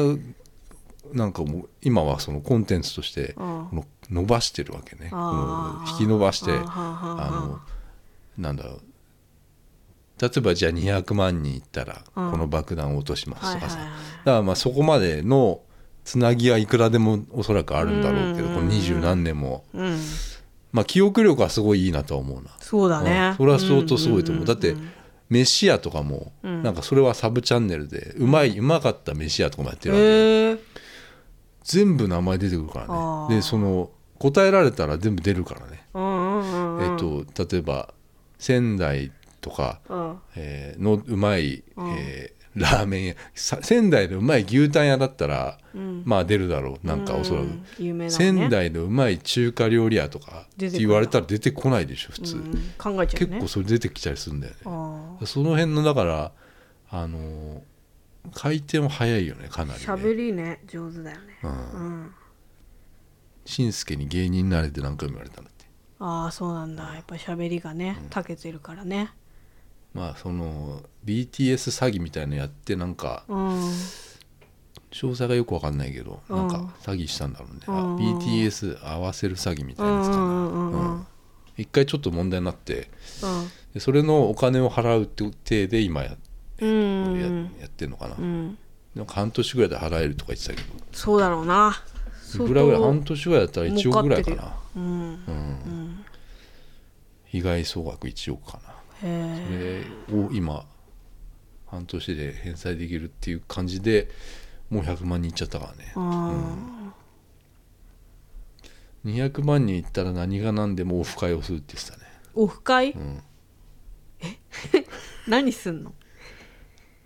S2: なんかもう今はそのコンテンツとして
S1: うん
S2: この伸ばしてるわけね、
S1: あ
S2: こ
S1: ー
S2: の引き伸ばして
S1: あーはーはーはー
S2: あのなんだろう例えばじゃあ200万人いったら
S1: うん
S2: この爆弾を落としますとかさ、
S1: はいはいはい
S2: だからまあそこまでのつなぎはいくらでもおそらくあるんだろうけど
S1: うん
S2: この二十何年も、
S1: うん、
S2: まあ、記憶力はすごいいいなとは思うな。
S1: そうだね、
S2: うんそれは相当すごいと思う,、
S1: んんん
S2: だってメシアとかも、
S1: うん
S2: なんかそれはサブチャンネルでうまいうまかったメシアとかもやってるわけよ、
S1: へえ
S2: 全部名前出てくるか
S1: あ
S2: ら
S1: ー
S2: ねでその答えられたら全部出るからね、
S1: うんうんうんうん
S2: えっと例えば仙台とか、
S1: うん
S2: えーのうまい、
S1: うん
S2: えーラーメン屋さ仙台でうまい牛タン屋だったら、
S1: うん
S2: まあ出るだろうなんかおそら
S1: う
S2: く、
S1: ん有名だね
S2: 仙台のうまい中華料理屋とかっ
S1: 出
S2: て
S1: てくる
S2: 言われたら出てこないでしょ普通、
S1: うん考えちゃう
S2: 結
S1: ね
S2: 構それ出てきたりするんだよね
S1: あ
S2: その辺のだからあのー回転は早いよねかな
S1: あ
S2: り、ね、
S1: 喋りね上手だよね
S2: う
S1: うんん
S2: しんすけに芸人になれって何回も言われたんだって
S1: ああそうなんだやっぱ喋りがね長けてるからね
S2: まあその BTS 詐欺みたいなのやってなんか
S1: うん
S2: 詳細がよく分かんないけど
S1: うん
S2: なんか詐欺したんだろうね、あ
S1: うん
S2: BTS 合わせる詐欺みた
S1: う
S2: いなんや
S1: う
S2: つかな、
S1: んうんうんうん
S2: 一回ちょっと問題になってでそれのお金を払うって体で今やや
S1: うんうん
S2: やってんのかな、
S1: うん
S2: なんか半年ぐらいで払えるとか言ってたけ
S1: そうだろうな
S2: どいくらぐらい
S1: 相当
S2: 半年ぐらいだったら1億ぐらいか
S1: 儲
S2: な
S1: うん
S2: 被害総額1億かな
S1: へえ
S2: でを今半年で返済できるっていう感じでもう100万人いっちゃったからね
S1: うん
S2: 200万人いったら何が何でもオフ会をするって言ってたね
S1: オフ会
S2: うん
S1: 何すんの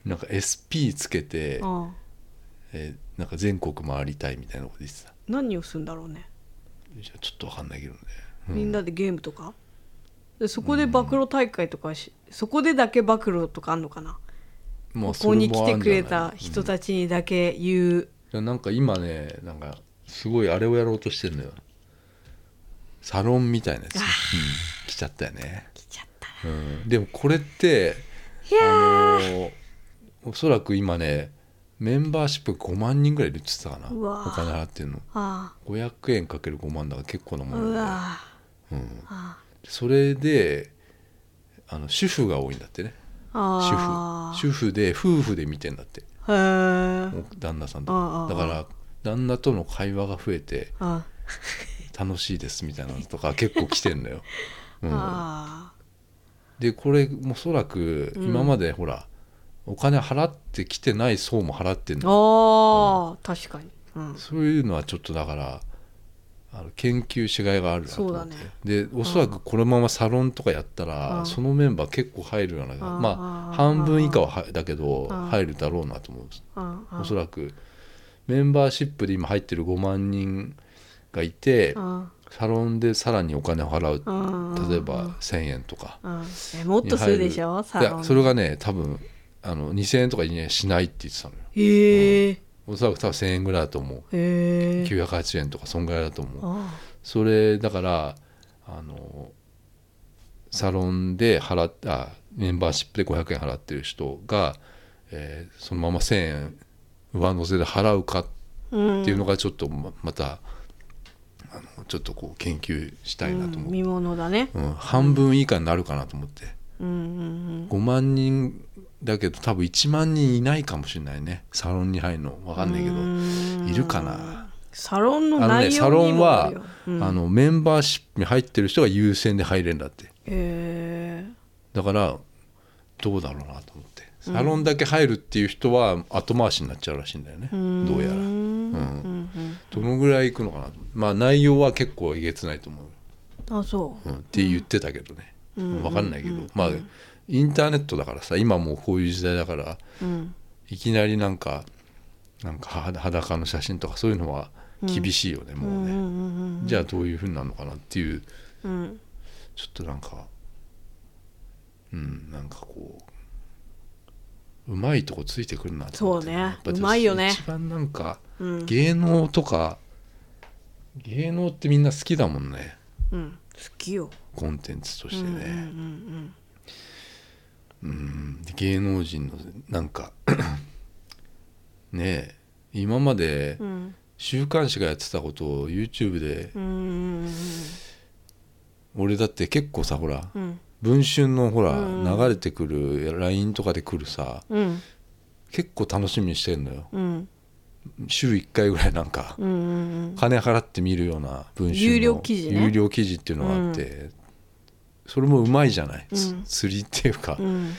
S2: なんか SP つけて、
S1: うん
S2: えーなんか全国回りたいみたいなこと言ってた
S1: 何をすんだろうね
S2: じゃあちょっと分かんないけどね、う
S1: みんなでゲームとかでそこで暴露大会とかし、そこでだけ暴露とかあんのかな
S2: まあ
S1: こ
S2: そ
S1: こ
S2: れ
S1: に
S2: も
S1: 来
S2: あ
S1: て
S2: るん
S1: く
S2: じゃない
S1: れた人
S2: うんい
S1: たちにだけ言う、
S2: やなんか今ねなんかすごいあれをやろうとしてるのよサロンみたいなやつ、うん、来ちゃったよね
S1: 来ちゃった
S2: うんでもこれって
S1: いや
S2: あのおそらく今ねメンバーシップ5万人ぐらいいるって言ってたかな
S1: うわ
S2: お金払ってるの
S1: あ
S2: 500円かける5万だから結構な
S1: あ
S2: も
S1: う
S2: の
S1: わ
S2: なんで、うん、
S1: あ
S2: それであの主婦が多いんだってね主
S1: あ
S2: 婦主婦で夫婦で見てんだって
S1: 婦へえ
S2: 旦那さん
S1: あ
S2: と
S1: あ
S2: だから旦那との会話が増えて
S1: あ
S2: 楽しいですみたいなのとか結構来て んのよ、うん、
S1: あ
S2: でこれもおそらく
S1: ん
S2: 今までほら、お金払ってきてない層も払ってん
S1: あ
S2: の
S1: あ確かに、うん、
S2: そういうのはちょっとだからあの研究しがいがあるなと思って
S1: そうだね
S2: でおそらくこのままサロンとかやったら、
S1: うん
S2: そのメンバー結構入るような
S1: ん
S2: ま
S1: う
S2: あ
S1: ん
S2: 半分以下ははだけど
S1: うん
S2: 入るだろうなと思うんです
S1: ああ
S2: おそらくメンバーシップで今入ってる5万人がいて
S1: あ
S2: サロンでさらにお金を払
S1: ああ
S2: う例えば1,000円とか
S1: あえもっとするでしょサ
S2: い
S1: ロ
S2: や
S1: ン
S2: それがね多分あの2,000円とかにねしないって言ってたのよ
S1: へえ
S2: おそらく多分1,000円ぐらいだと思う
S1: へえ
S2: 980円とかそんぐらいだと思う
S1: あ
S2: それだからあのサロンで払っあメンバーシップで500円払ってる人が、えーそのまま1,000円上乗せで払うかっ
S1: あうん
S2: っていうのがちょっとままたあのちょっとこう研究したいなと
S1: うん
S2: 思う、
S1: 見ものだね
S2: うん半分以下になるかなと思って
S1: うんうん
S2: 5万人だけど多分1万人いないかもしれないねサロンに入るの分かんないけど
S1: うん
S2: いるかな
S1: サロンの
S2: あのね
S1: 内
S2: サ
S1: 容
S2: ロ
S1: に
S2: ン
S1: もあ
S2: は
S1: るよ、うん、
S2: あのメンバーシップに入ってる人が優先で入れるんだって
S1: へ
S2: だからどうだろうなと思ってサロンだけ入るっていう人は後回しになっちゃうらしいんだよね、
S1: えー、
S2: どうやら
S1: んうん
S2: どのぐらいいくのかなまあ内容は結構えげつないと思
S1: う
S2: う、
S1: んあそう
S2: うん、って言ってたけどね、
S1: う
S2: わ
S1: ん
S2: 分かんないけど、
S1: うん
S2: まあインターネットだからさ今もうこういう時代だから
S1: うん
S2: いきなりなんかなんかは裸の写真とかそういうのは厳しいよね、
S1: う
S2: も
S1: ん
S2: う
S1: う
S2: ね、
S1: んうん
S2: じゃあどういうふうになるのかなっていう
S1: うん
S2: ちょっとなんかうんなんかこううまいとこついてくるなと思って
S1: そうね
S2: やっぱ
S1: うまいよね
S2: 一番なんか
S1: うん
S2: 芸能とか芸能ってみんな好きだもんね
S1: うん好きよ、
S2: コンテンツと
S1: う
S2: し
S1: んう
S2: て
S1: んうんう
S2: ね、
S1: ん
S2: うんで芸能人のなんか ねえ今まで
S1: うん
S2: 週刊誌がやってたことを YouTube で
S1: うんうん
S2: 俺だって結構さほら
S1: うん
S2: 文春のほら
S1: うん
S2: 流れてくる LINE とかで来るさ
S1: うん
S2: 結構楽しみにしてんのよ
S1: うん
S2: 週1回ぐらいなんか
S1: うんうん
S2: 金払って見るような文春の
S1: 有料記事ね
S2: 有料記事っていうのがあって、それもうまいじゃない、つ
S1: うん
S2: 釣りっていうか、
S1: うん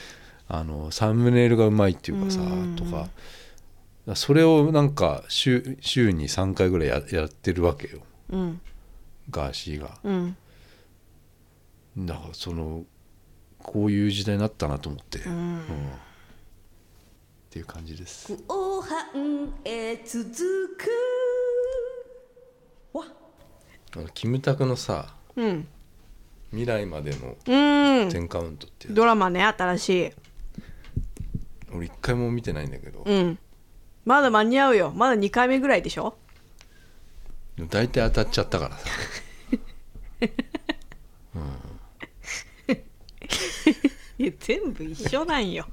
S2: あのサムネイルがうまいっていうかさ、
S1: うん
S2: とかだからそれをなんか週週に3回ぐらいややってるわけよ
S1: うん
S2: ガーシーが
S1: うん
S2: だからそのこういう時代になったなと思って、
S1: う
S2: うんっ
S1: ん
S2: ていう感じです
S3: 後半へ続く
S2: あのキムタクのさ
S1: うん
S2: 未来までの
S1: うん
S2: 10カウントっていうや
S1: ドラマね新しい
S2: つ俺一回も見てないんだけど、
S1: うんまだ間に合うよまだ2回目ぐらいでしょ
S2: でも大体当たっちゃったからさ
S1: いや全部一緒なんよ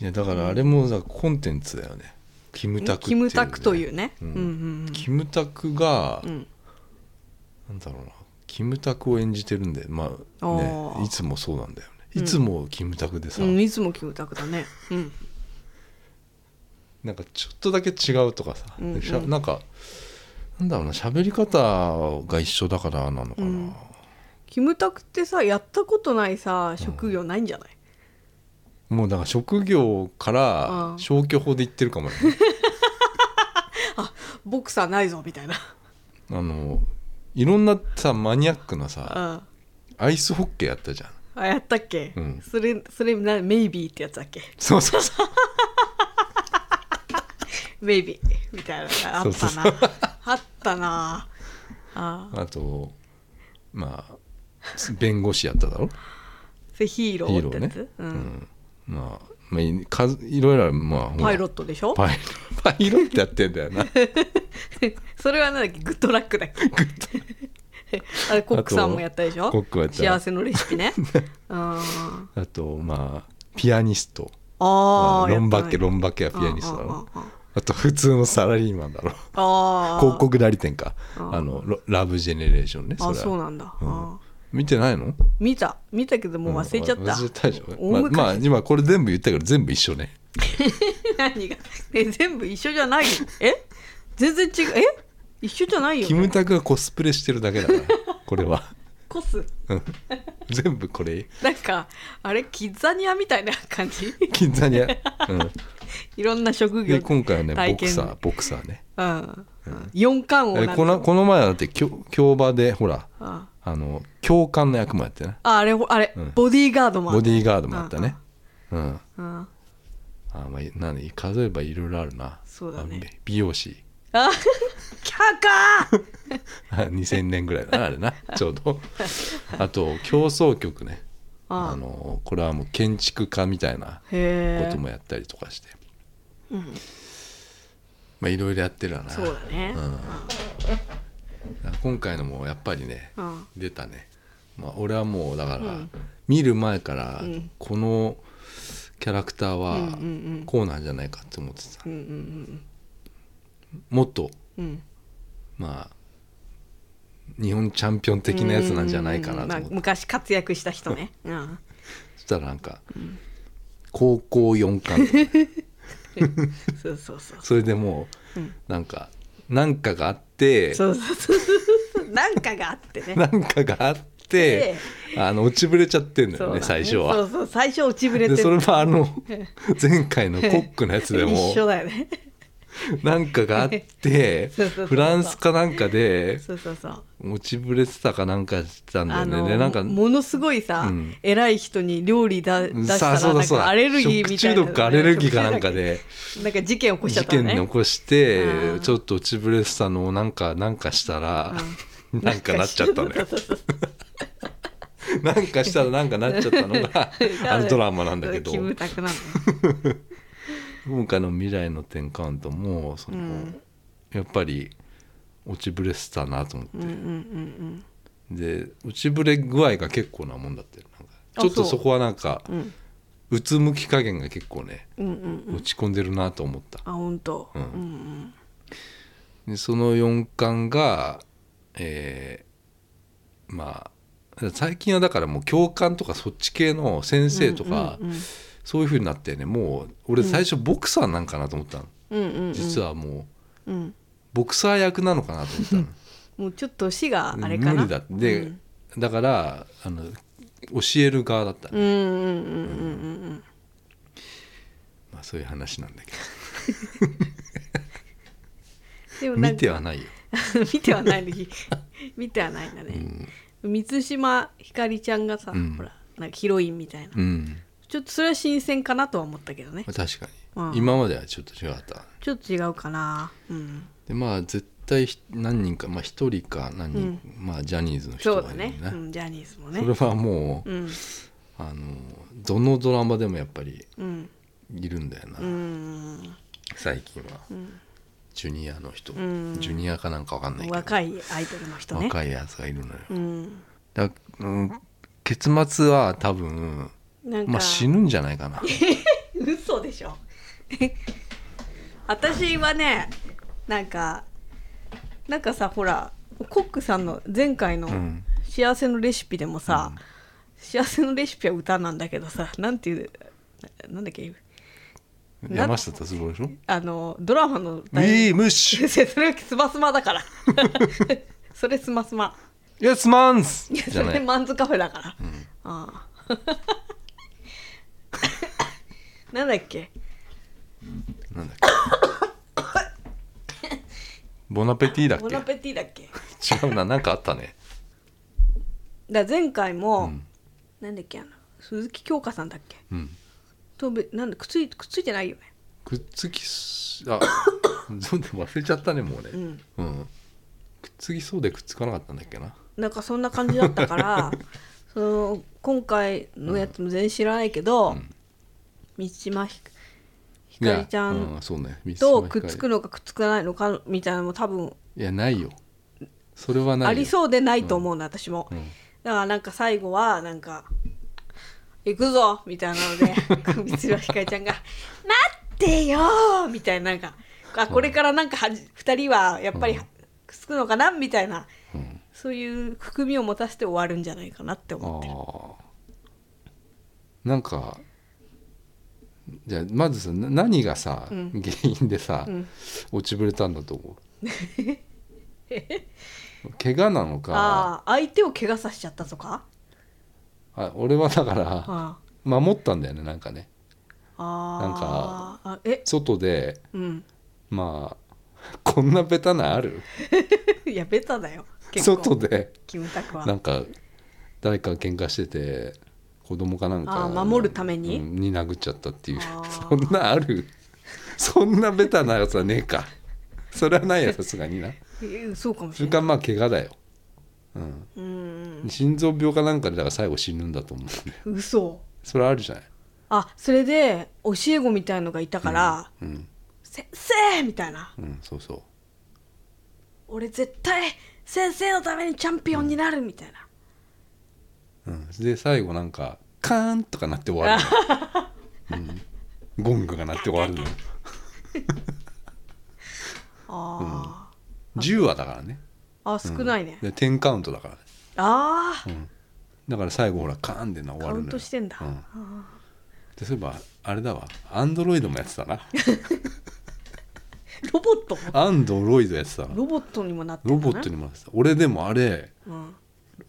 S2: いやだからあれもさコンテンツだよねキムタクって
S1: キ
S2: いうね、
S1: ムタクというね
S2: う
S1: うんんうん
S2: キムタクが、
S1: ん
S2: なんだろうなキムタクを演じてるんでまあ
S1: あー
S2: ねいつもそうなんだよねいつもキムタクでさ、
S1: うんうんいつもキムタクだねうん
S2: なんかちょっとだけ違うとかさ、
S1: うんうん
S2: しゃなんかなんだろうな喋り方が一緒だからなのかな、
S1: うんキムタクってさやったことないさ職業ないんじゃない、
S2: もうだから職業か
S1: う
S2: ら
S1: ん
S2: 消去法で言ってるかもね、
S1: ボクサーないぞみたいな
S2: あのいろんなさマニアックなさ
S1: あ
S2: アイスホッケーやったじゃん
S1: あやったっけ、
S2: うん
S1: それそれなメイビーってやつだっけ
S2: そうそうそう
S1: メイビーみたいなのがあったな
S2: そうそうそ
S1: あったなあ
S2: あとまあ弁護士やっただろ
S1: それヒーロ
S2: ヒー
S1: ー
S2: ロ
S1: って
S2: ー
S1: や
S2: ね
S1: つ、うん、
S2: まあ、まあ、い数いろいろあるまあほら
S1: パイロットでしょ
S2: パイロパイロットやってんだよな
S1: それはなんだっけグッドラックだっ け あれコックさんもやったでしょ
S2: あとコックもやった
S1: 幸せのレシ ピねあ
S2: あとまあピアニスト
S1: あー
S2: ロンバ
S1: や
S2: ケ
S1: ったね
S2: ロンバケはピアニストだ
S1: うんうん
S2: ろ
S1: うんうん
S2: あと普通のサラリーマンだろ
S1: ああ
S2: 広告代理店か
S1: あ
S2: あのロラブジェネレーションねそ
S1: あ
S2: れは
S1: そうなんだ、
S2: うん
S1: あー
S2: 見てないの
S1: 見た見たけどもう忘れちゃった、
S2: うん忘れたでしょ、
S1: 大
S2: まあ、
S1: 昔
S2: まあ今これ全部言ったけど全部一緒ね
S1: 何が え全部一緒じゃないよえ全然違うえ一緒じゃないよ、
S2: キ
S1: ね、
S2: ムタクがコスプレしてるだけだからこれは
S1: コス
S2: うん 全部これ
S1: なんかあれキッザニアみたいな感じ
S2: 金座にあ、うん、
S1: いろんな職業
S2: で今回はねボ
S1: 体
S2: ク
S1: 験
S2: サーボクサーね
S1: うん、うん、四冠王
S2: え
S1: なん
S2: この
S1: だ
S2: この前はだって競競馬でほら
S1: あ
S2: あの教官の役もやってね
S1: ああれあれ、
S2: うん
S1: ボディーガードもあ
S2: ボ
S1: る
S2: ディーガードもやったねうんあ
S1: うん
S2: ーまあなんで数えばいろいろあるな
S1: そうだね
S2: あの美容師
S1: あ キャーカー
S2: あ2000年ぐらいだなあれ なちょうどあと競争曲ね
S1: あ
S2: あのこれはもう建築家みたいな
S1: へえ
S2: こともやったりとかして、まあいろいろやってるわな
S1: そうだね、
S2: だから今回のもやっぱりね、
S1: うん
S2: 出たね、まあ、俺はもうだから、見る前からこのキャラクターはこうなんじゃないかって思ってた、もっと、
S1: ん
S2: まあ日本チャンピオン的なやつなんじゃないかなと思って
S1: まあ、昔活躍した人ね、うん、
S2: そしたらなんか、高校4巻とかね
S1: そうそうそう
S2: それでもう、なんかなんかがあって
S1: そうそうそうそう なんかがあってね
S2: なんかがあって、あの落ちぶれちゃってんの
S1: そ
S2: よ
S1: う
S2: ね
S1: だ
S2: 最初
S1: そ
S2: は。
S1: うそう最初落ちぶれて
S2: でそれ
S1: る
S2: もあの前回のコックのやつでも
S1: 一緒だよ ね
S2: なんかがあって
S1: そうそうそう
S2: フランスかなんかで
S1: そうそうそう
S2: 落ちぶれてたかなんかしてたんだ
S1: あ
S2: よね
S1: の
S2: でなんか
S1: ものすごいさ、
S2: うん
S1: 偉い人に料理だ出した
S2: さあ
S1: ら
S2: そう
S1: な
S2: だ
S1: ん
S2: そう
S1: か
S2: だ
S1: アレルギーみたいな
S2: 食中毒かアレルギーかなんかで
S1: なんか事件 起こしちゃ
S2: 事
S1: ったの
S2: 件
S1: ね
S2: 起こし
S1: う
S2: て
S1: ん
S2: ちょっと落ちぶれてたのをなんかなんかしたら
S1: うん
S2: なんかなっちゃったのよなんかしたらなんかなっち ゃったのがあのドラマなんだけど
S1: キムタクなんだ
S2: 文化の未来の転換ともその、
S1: うん
S2: やっぱり落ちぶれてたなと思って、
S1: うんうんうん
S2: で落ちぶれ具合が結構なもんだってなんか
S1: あ
S2: ちょっ
S1: そ
S2: と
S1: う
S2: そこはなんか
S1: うんうん
S2: うつむき加減が結構ね
S1: うんうん
S2: 落ち込んでるなと思った、
S1: あ本当、
S2: うん
S1: うん
S2: でその4巻がえーまあ最近はだからもう教官とかそっち系の先生とか、
S1: うんうん
S2: そういう風になってねもう俺最初ボクサーなんかなと思ったの、
S1: うんうんうん
S2: 実はもう
S1: うん
S2: ボクサー役なのかなと思ったの。
S1: もうちょっと死が あれかな
S2: 無理だって、
S1: うん
S2: だからあの教える側だった、
S1: うんうんうんうんうんうん
S2: まあ、そういう話なんだけ
S1: でも
S2: ど
S1: なんか
S2: 見てはないよ
S1: 見てはないのに見てはないんだね、満島ひかりちゃんがさ、
S2: うん
S1: ほらなんかヒロインみたいな、
S2: うん
S1: ちょっとそれは新鮮かなとは思ったけどね
S2: まあ確かに、
S1: うん
S2: 今まではちょっと違かった
S1: ちょっと違うかなうん
S2: でまあ絶対ひ何人かまあ一人か何人、まあジャニーズの人
S1: そう
S2: が
S1: だ
S2: いるよ
S1: ね、うん、ジャニーズもね
S2: それはもう、
S1: うん
S2: あのどのドラマでもやっぱり
S1: うん
S2: いるんだよな、
S1: うん
S2: 最近は、ジュニアの人、
S1: ん
S2: ジュニアかなんかわかんないけど
S1: 若いアイドルの人ね
S2: 若いやつがいるのよ、
S1: うん
S2: だうん、結末は多分
S1: なんか、
S2: まあ死ぬんじゃない かな
S1: 嘘でしょ 私はねなんかなんかさほらコックさんの前回の
S2: ん
S1: 「幸せのレシピ」でもさ、幸せのレシピ」は歌なんだけどさなんていうななんだっけな
S2: 山下達郎でしょ
S1: あのドラマの
S2: ウィームッシュ
S1: 先生それはスマスマだから それスマスマ
S2: イエスマンス
S1: いや
S2: じ
S1: そ
S2: ゃな
S1: れ
S2: い
S1: マンズカフェだから、あ あなんだっけ
S2: なんだっけ ボナペティだっ
S1: ボナペティだっけ
S2: け違うななんかあったね
S1: だから前回も、
S2: ん
S1: なんだっけあの鈴木京香さんだっけ
S2: うん
S1: とべなんだくっついくっついてないよね
S2: くっつきす あそうだ忘れちゃったねもうね
S1: うん、
S2: うんくっつきそうでくっつかなかったんだっけな
S1: なんかそんな感じだったから その今回のやつも全然知らないけど、満島ひひかりちゃ
S2: いやうんんそうね三島
S1: と
S2: ひか
S1: く
S2: り
S1: っつくのかくっつかないのかみたいなのも多分
S2: いやないよそれはないよ
S1: ありそうでないと思うの、私も、
S2: うん
S1: だからなんか最後はなんか「行くぞ!」みたいなので 三島ひかりちゃんが「待ってよー!」みたいななんかあこれからなんかはじ2人はやっぱり
S2: う
S1: く
S2: ん
S1: っつくのかなみたいな、
S2: うん
S1: そういう含みを持たせて終わるんじゃないかなって思ってる
S2: ああなんかじゃあまずさな何がさ、原因でさ、
S1: ん
S2: 落ちぶれたんだと思 う怪我なのか
S1: ああ相手を怪我させちゃったとか
S2: あ俺はだから
S1: あ
S2: 守ったんだよねなんかね
S1: あああえ
S2: 外で
S1: うん
S2: まあこんなベタなある
S1: いやベタだよ
S2: 外で
S1: キムタクは
S2: なんか誰か喧嘩してて子供かなんか
S1: あー守るために
S2: うんに殴っちゃったっていう
S1: あ
S2: そんなあるそんなベタなやつはねえかそれはないやさすがにな
S1: えそうかもし
S2: そ
S1: れ
S2: れ
S1: な
S2: か
S1: い
S2: まあ怪我だよ、うん、
S1: うん
S2: 心臓病かなんかでだから最後死ぬんだと思うんだよ
S1: 嘘
S2: それはあるじゃない
S1: あそれで教え子みたいのがいたから「
S2: うん
S1: 先生!」みたいな
S2: うんそうそう
S1: 「俺絶対先生のためにチャンピオンになる」みたいな、
S2: うん、で最後なんかカーンとかなって終わ るのよ、うん、ゴングが鳴って終わるのよ
S1: あ
S2: 10話だからね
S1: ーあ少ないね、
S2: で10カウントだからね
S1: ああ
S2: だから最後ほらカーンでな終
S1: カ
S2: わ
S1: ウ
S2: る
S1: ン
S2: の
S1: ト
S2: よ
S1: してんだ、
S2: うんでそういえばあれだわアンドロイドもやってたな
S1: ロボット
S2: アンドロイドやってたな
S1: ロボットにもなって
S2: ロ
S1: るか
S2: ボ
S1: な
S2: ットにもやってた俺でもあれ
S1: うん、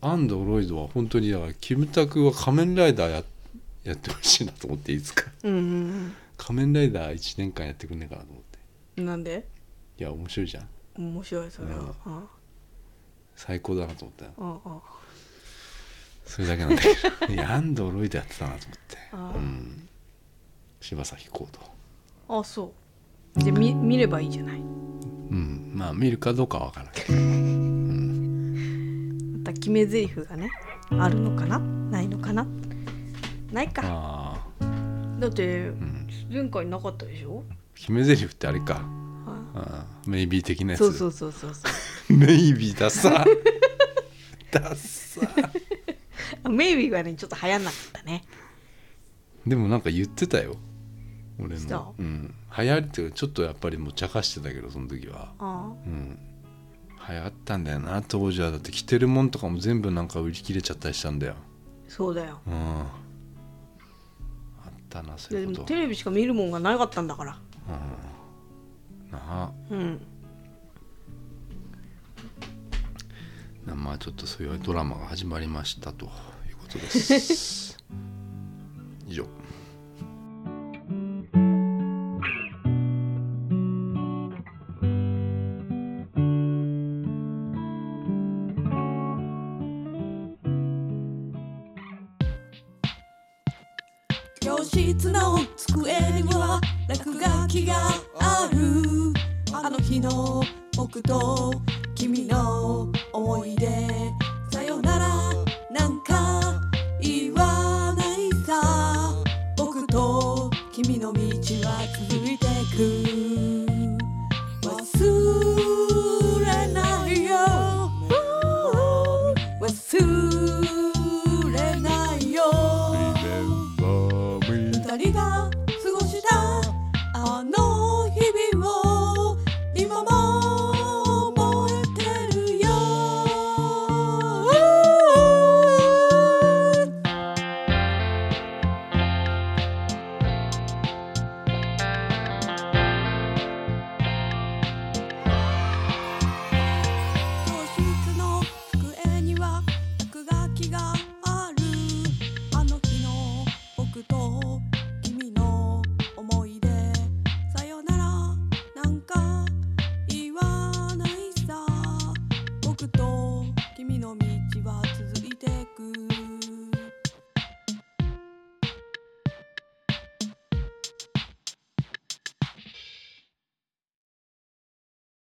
S2: アンドロイドは本当にだからキムタクは仮面ライダーややってほしいなと思っていつか
S1: うんうん
S2: 仮面ライダー1年間やってくんねえかなと思って
S1: うんなんで
S2: いや面白いじゃん
S1: 面白いそれは
S2: うん
S1: あ
S2: 最高だなと思ったよ
S1: あああ
S2: それだけなん だけどいやアンドロイドやってたなと思
S1: あー
S2: ってうん柴咲コウと
S1: ああそうじゃあ見見ればいいじゃない
S2: うんまあ見るかどうかは分からん けど
S1: また決め台詞がねあるのかなないのかなないか
S2: ああ
S1: だって
S2: うん
S1: 前回なかったでしょ、
S2: 決め台詞ってあれか
S1: は、
S2: あーメイビー的ないやつ
S1: そうそうそうそうそう
S2: メイビー ださださ
S1: あ メイビーはねちょっと流行んなかったね
S2: でもなんか言ってたよ俺
S1: そ
S2: の、うん、流行りっていうかちょっとやっぱりもう茶化してたけどその時は、
S1: ああ
S2: うん、流行ったんだよな当時はだって着てるもんとかも全部なんか売り切れちゃったりしたんだよ、
S1: そうだよ
S2: うん、あったなそうい
S1: で
S2: う
S1: も
S2: こと
S1: テレビしか見るもんがなかったんだから
S2: なあ
S1: うん
S2: なまあちょっとそういうドラマが始まりましたということです 以上
S3: 教室の机には落書きがあるあの日の僕と君の思い出さよならなんか言わないさ僕と君の道は続いてく忘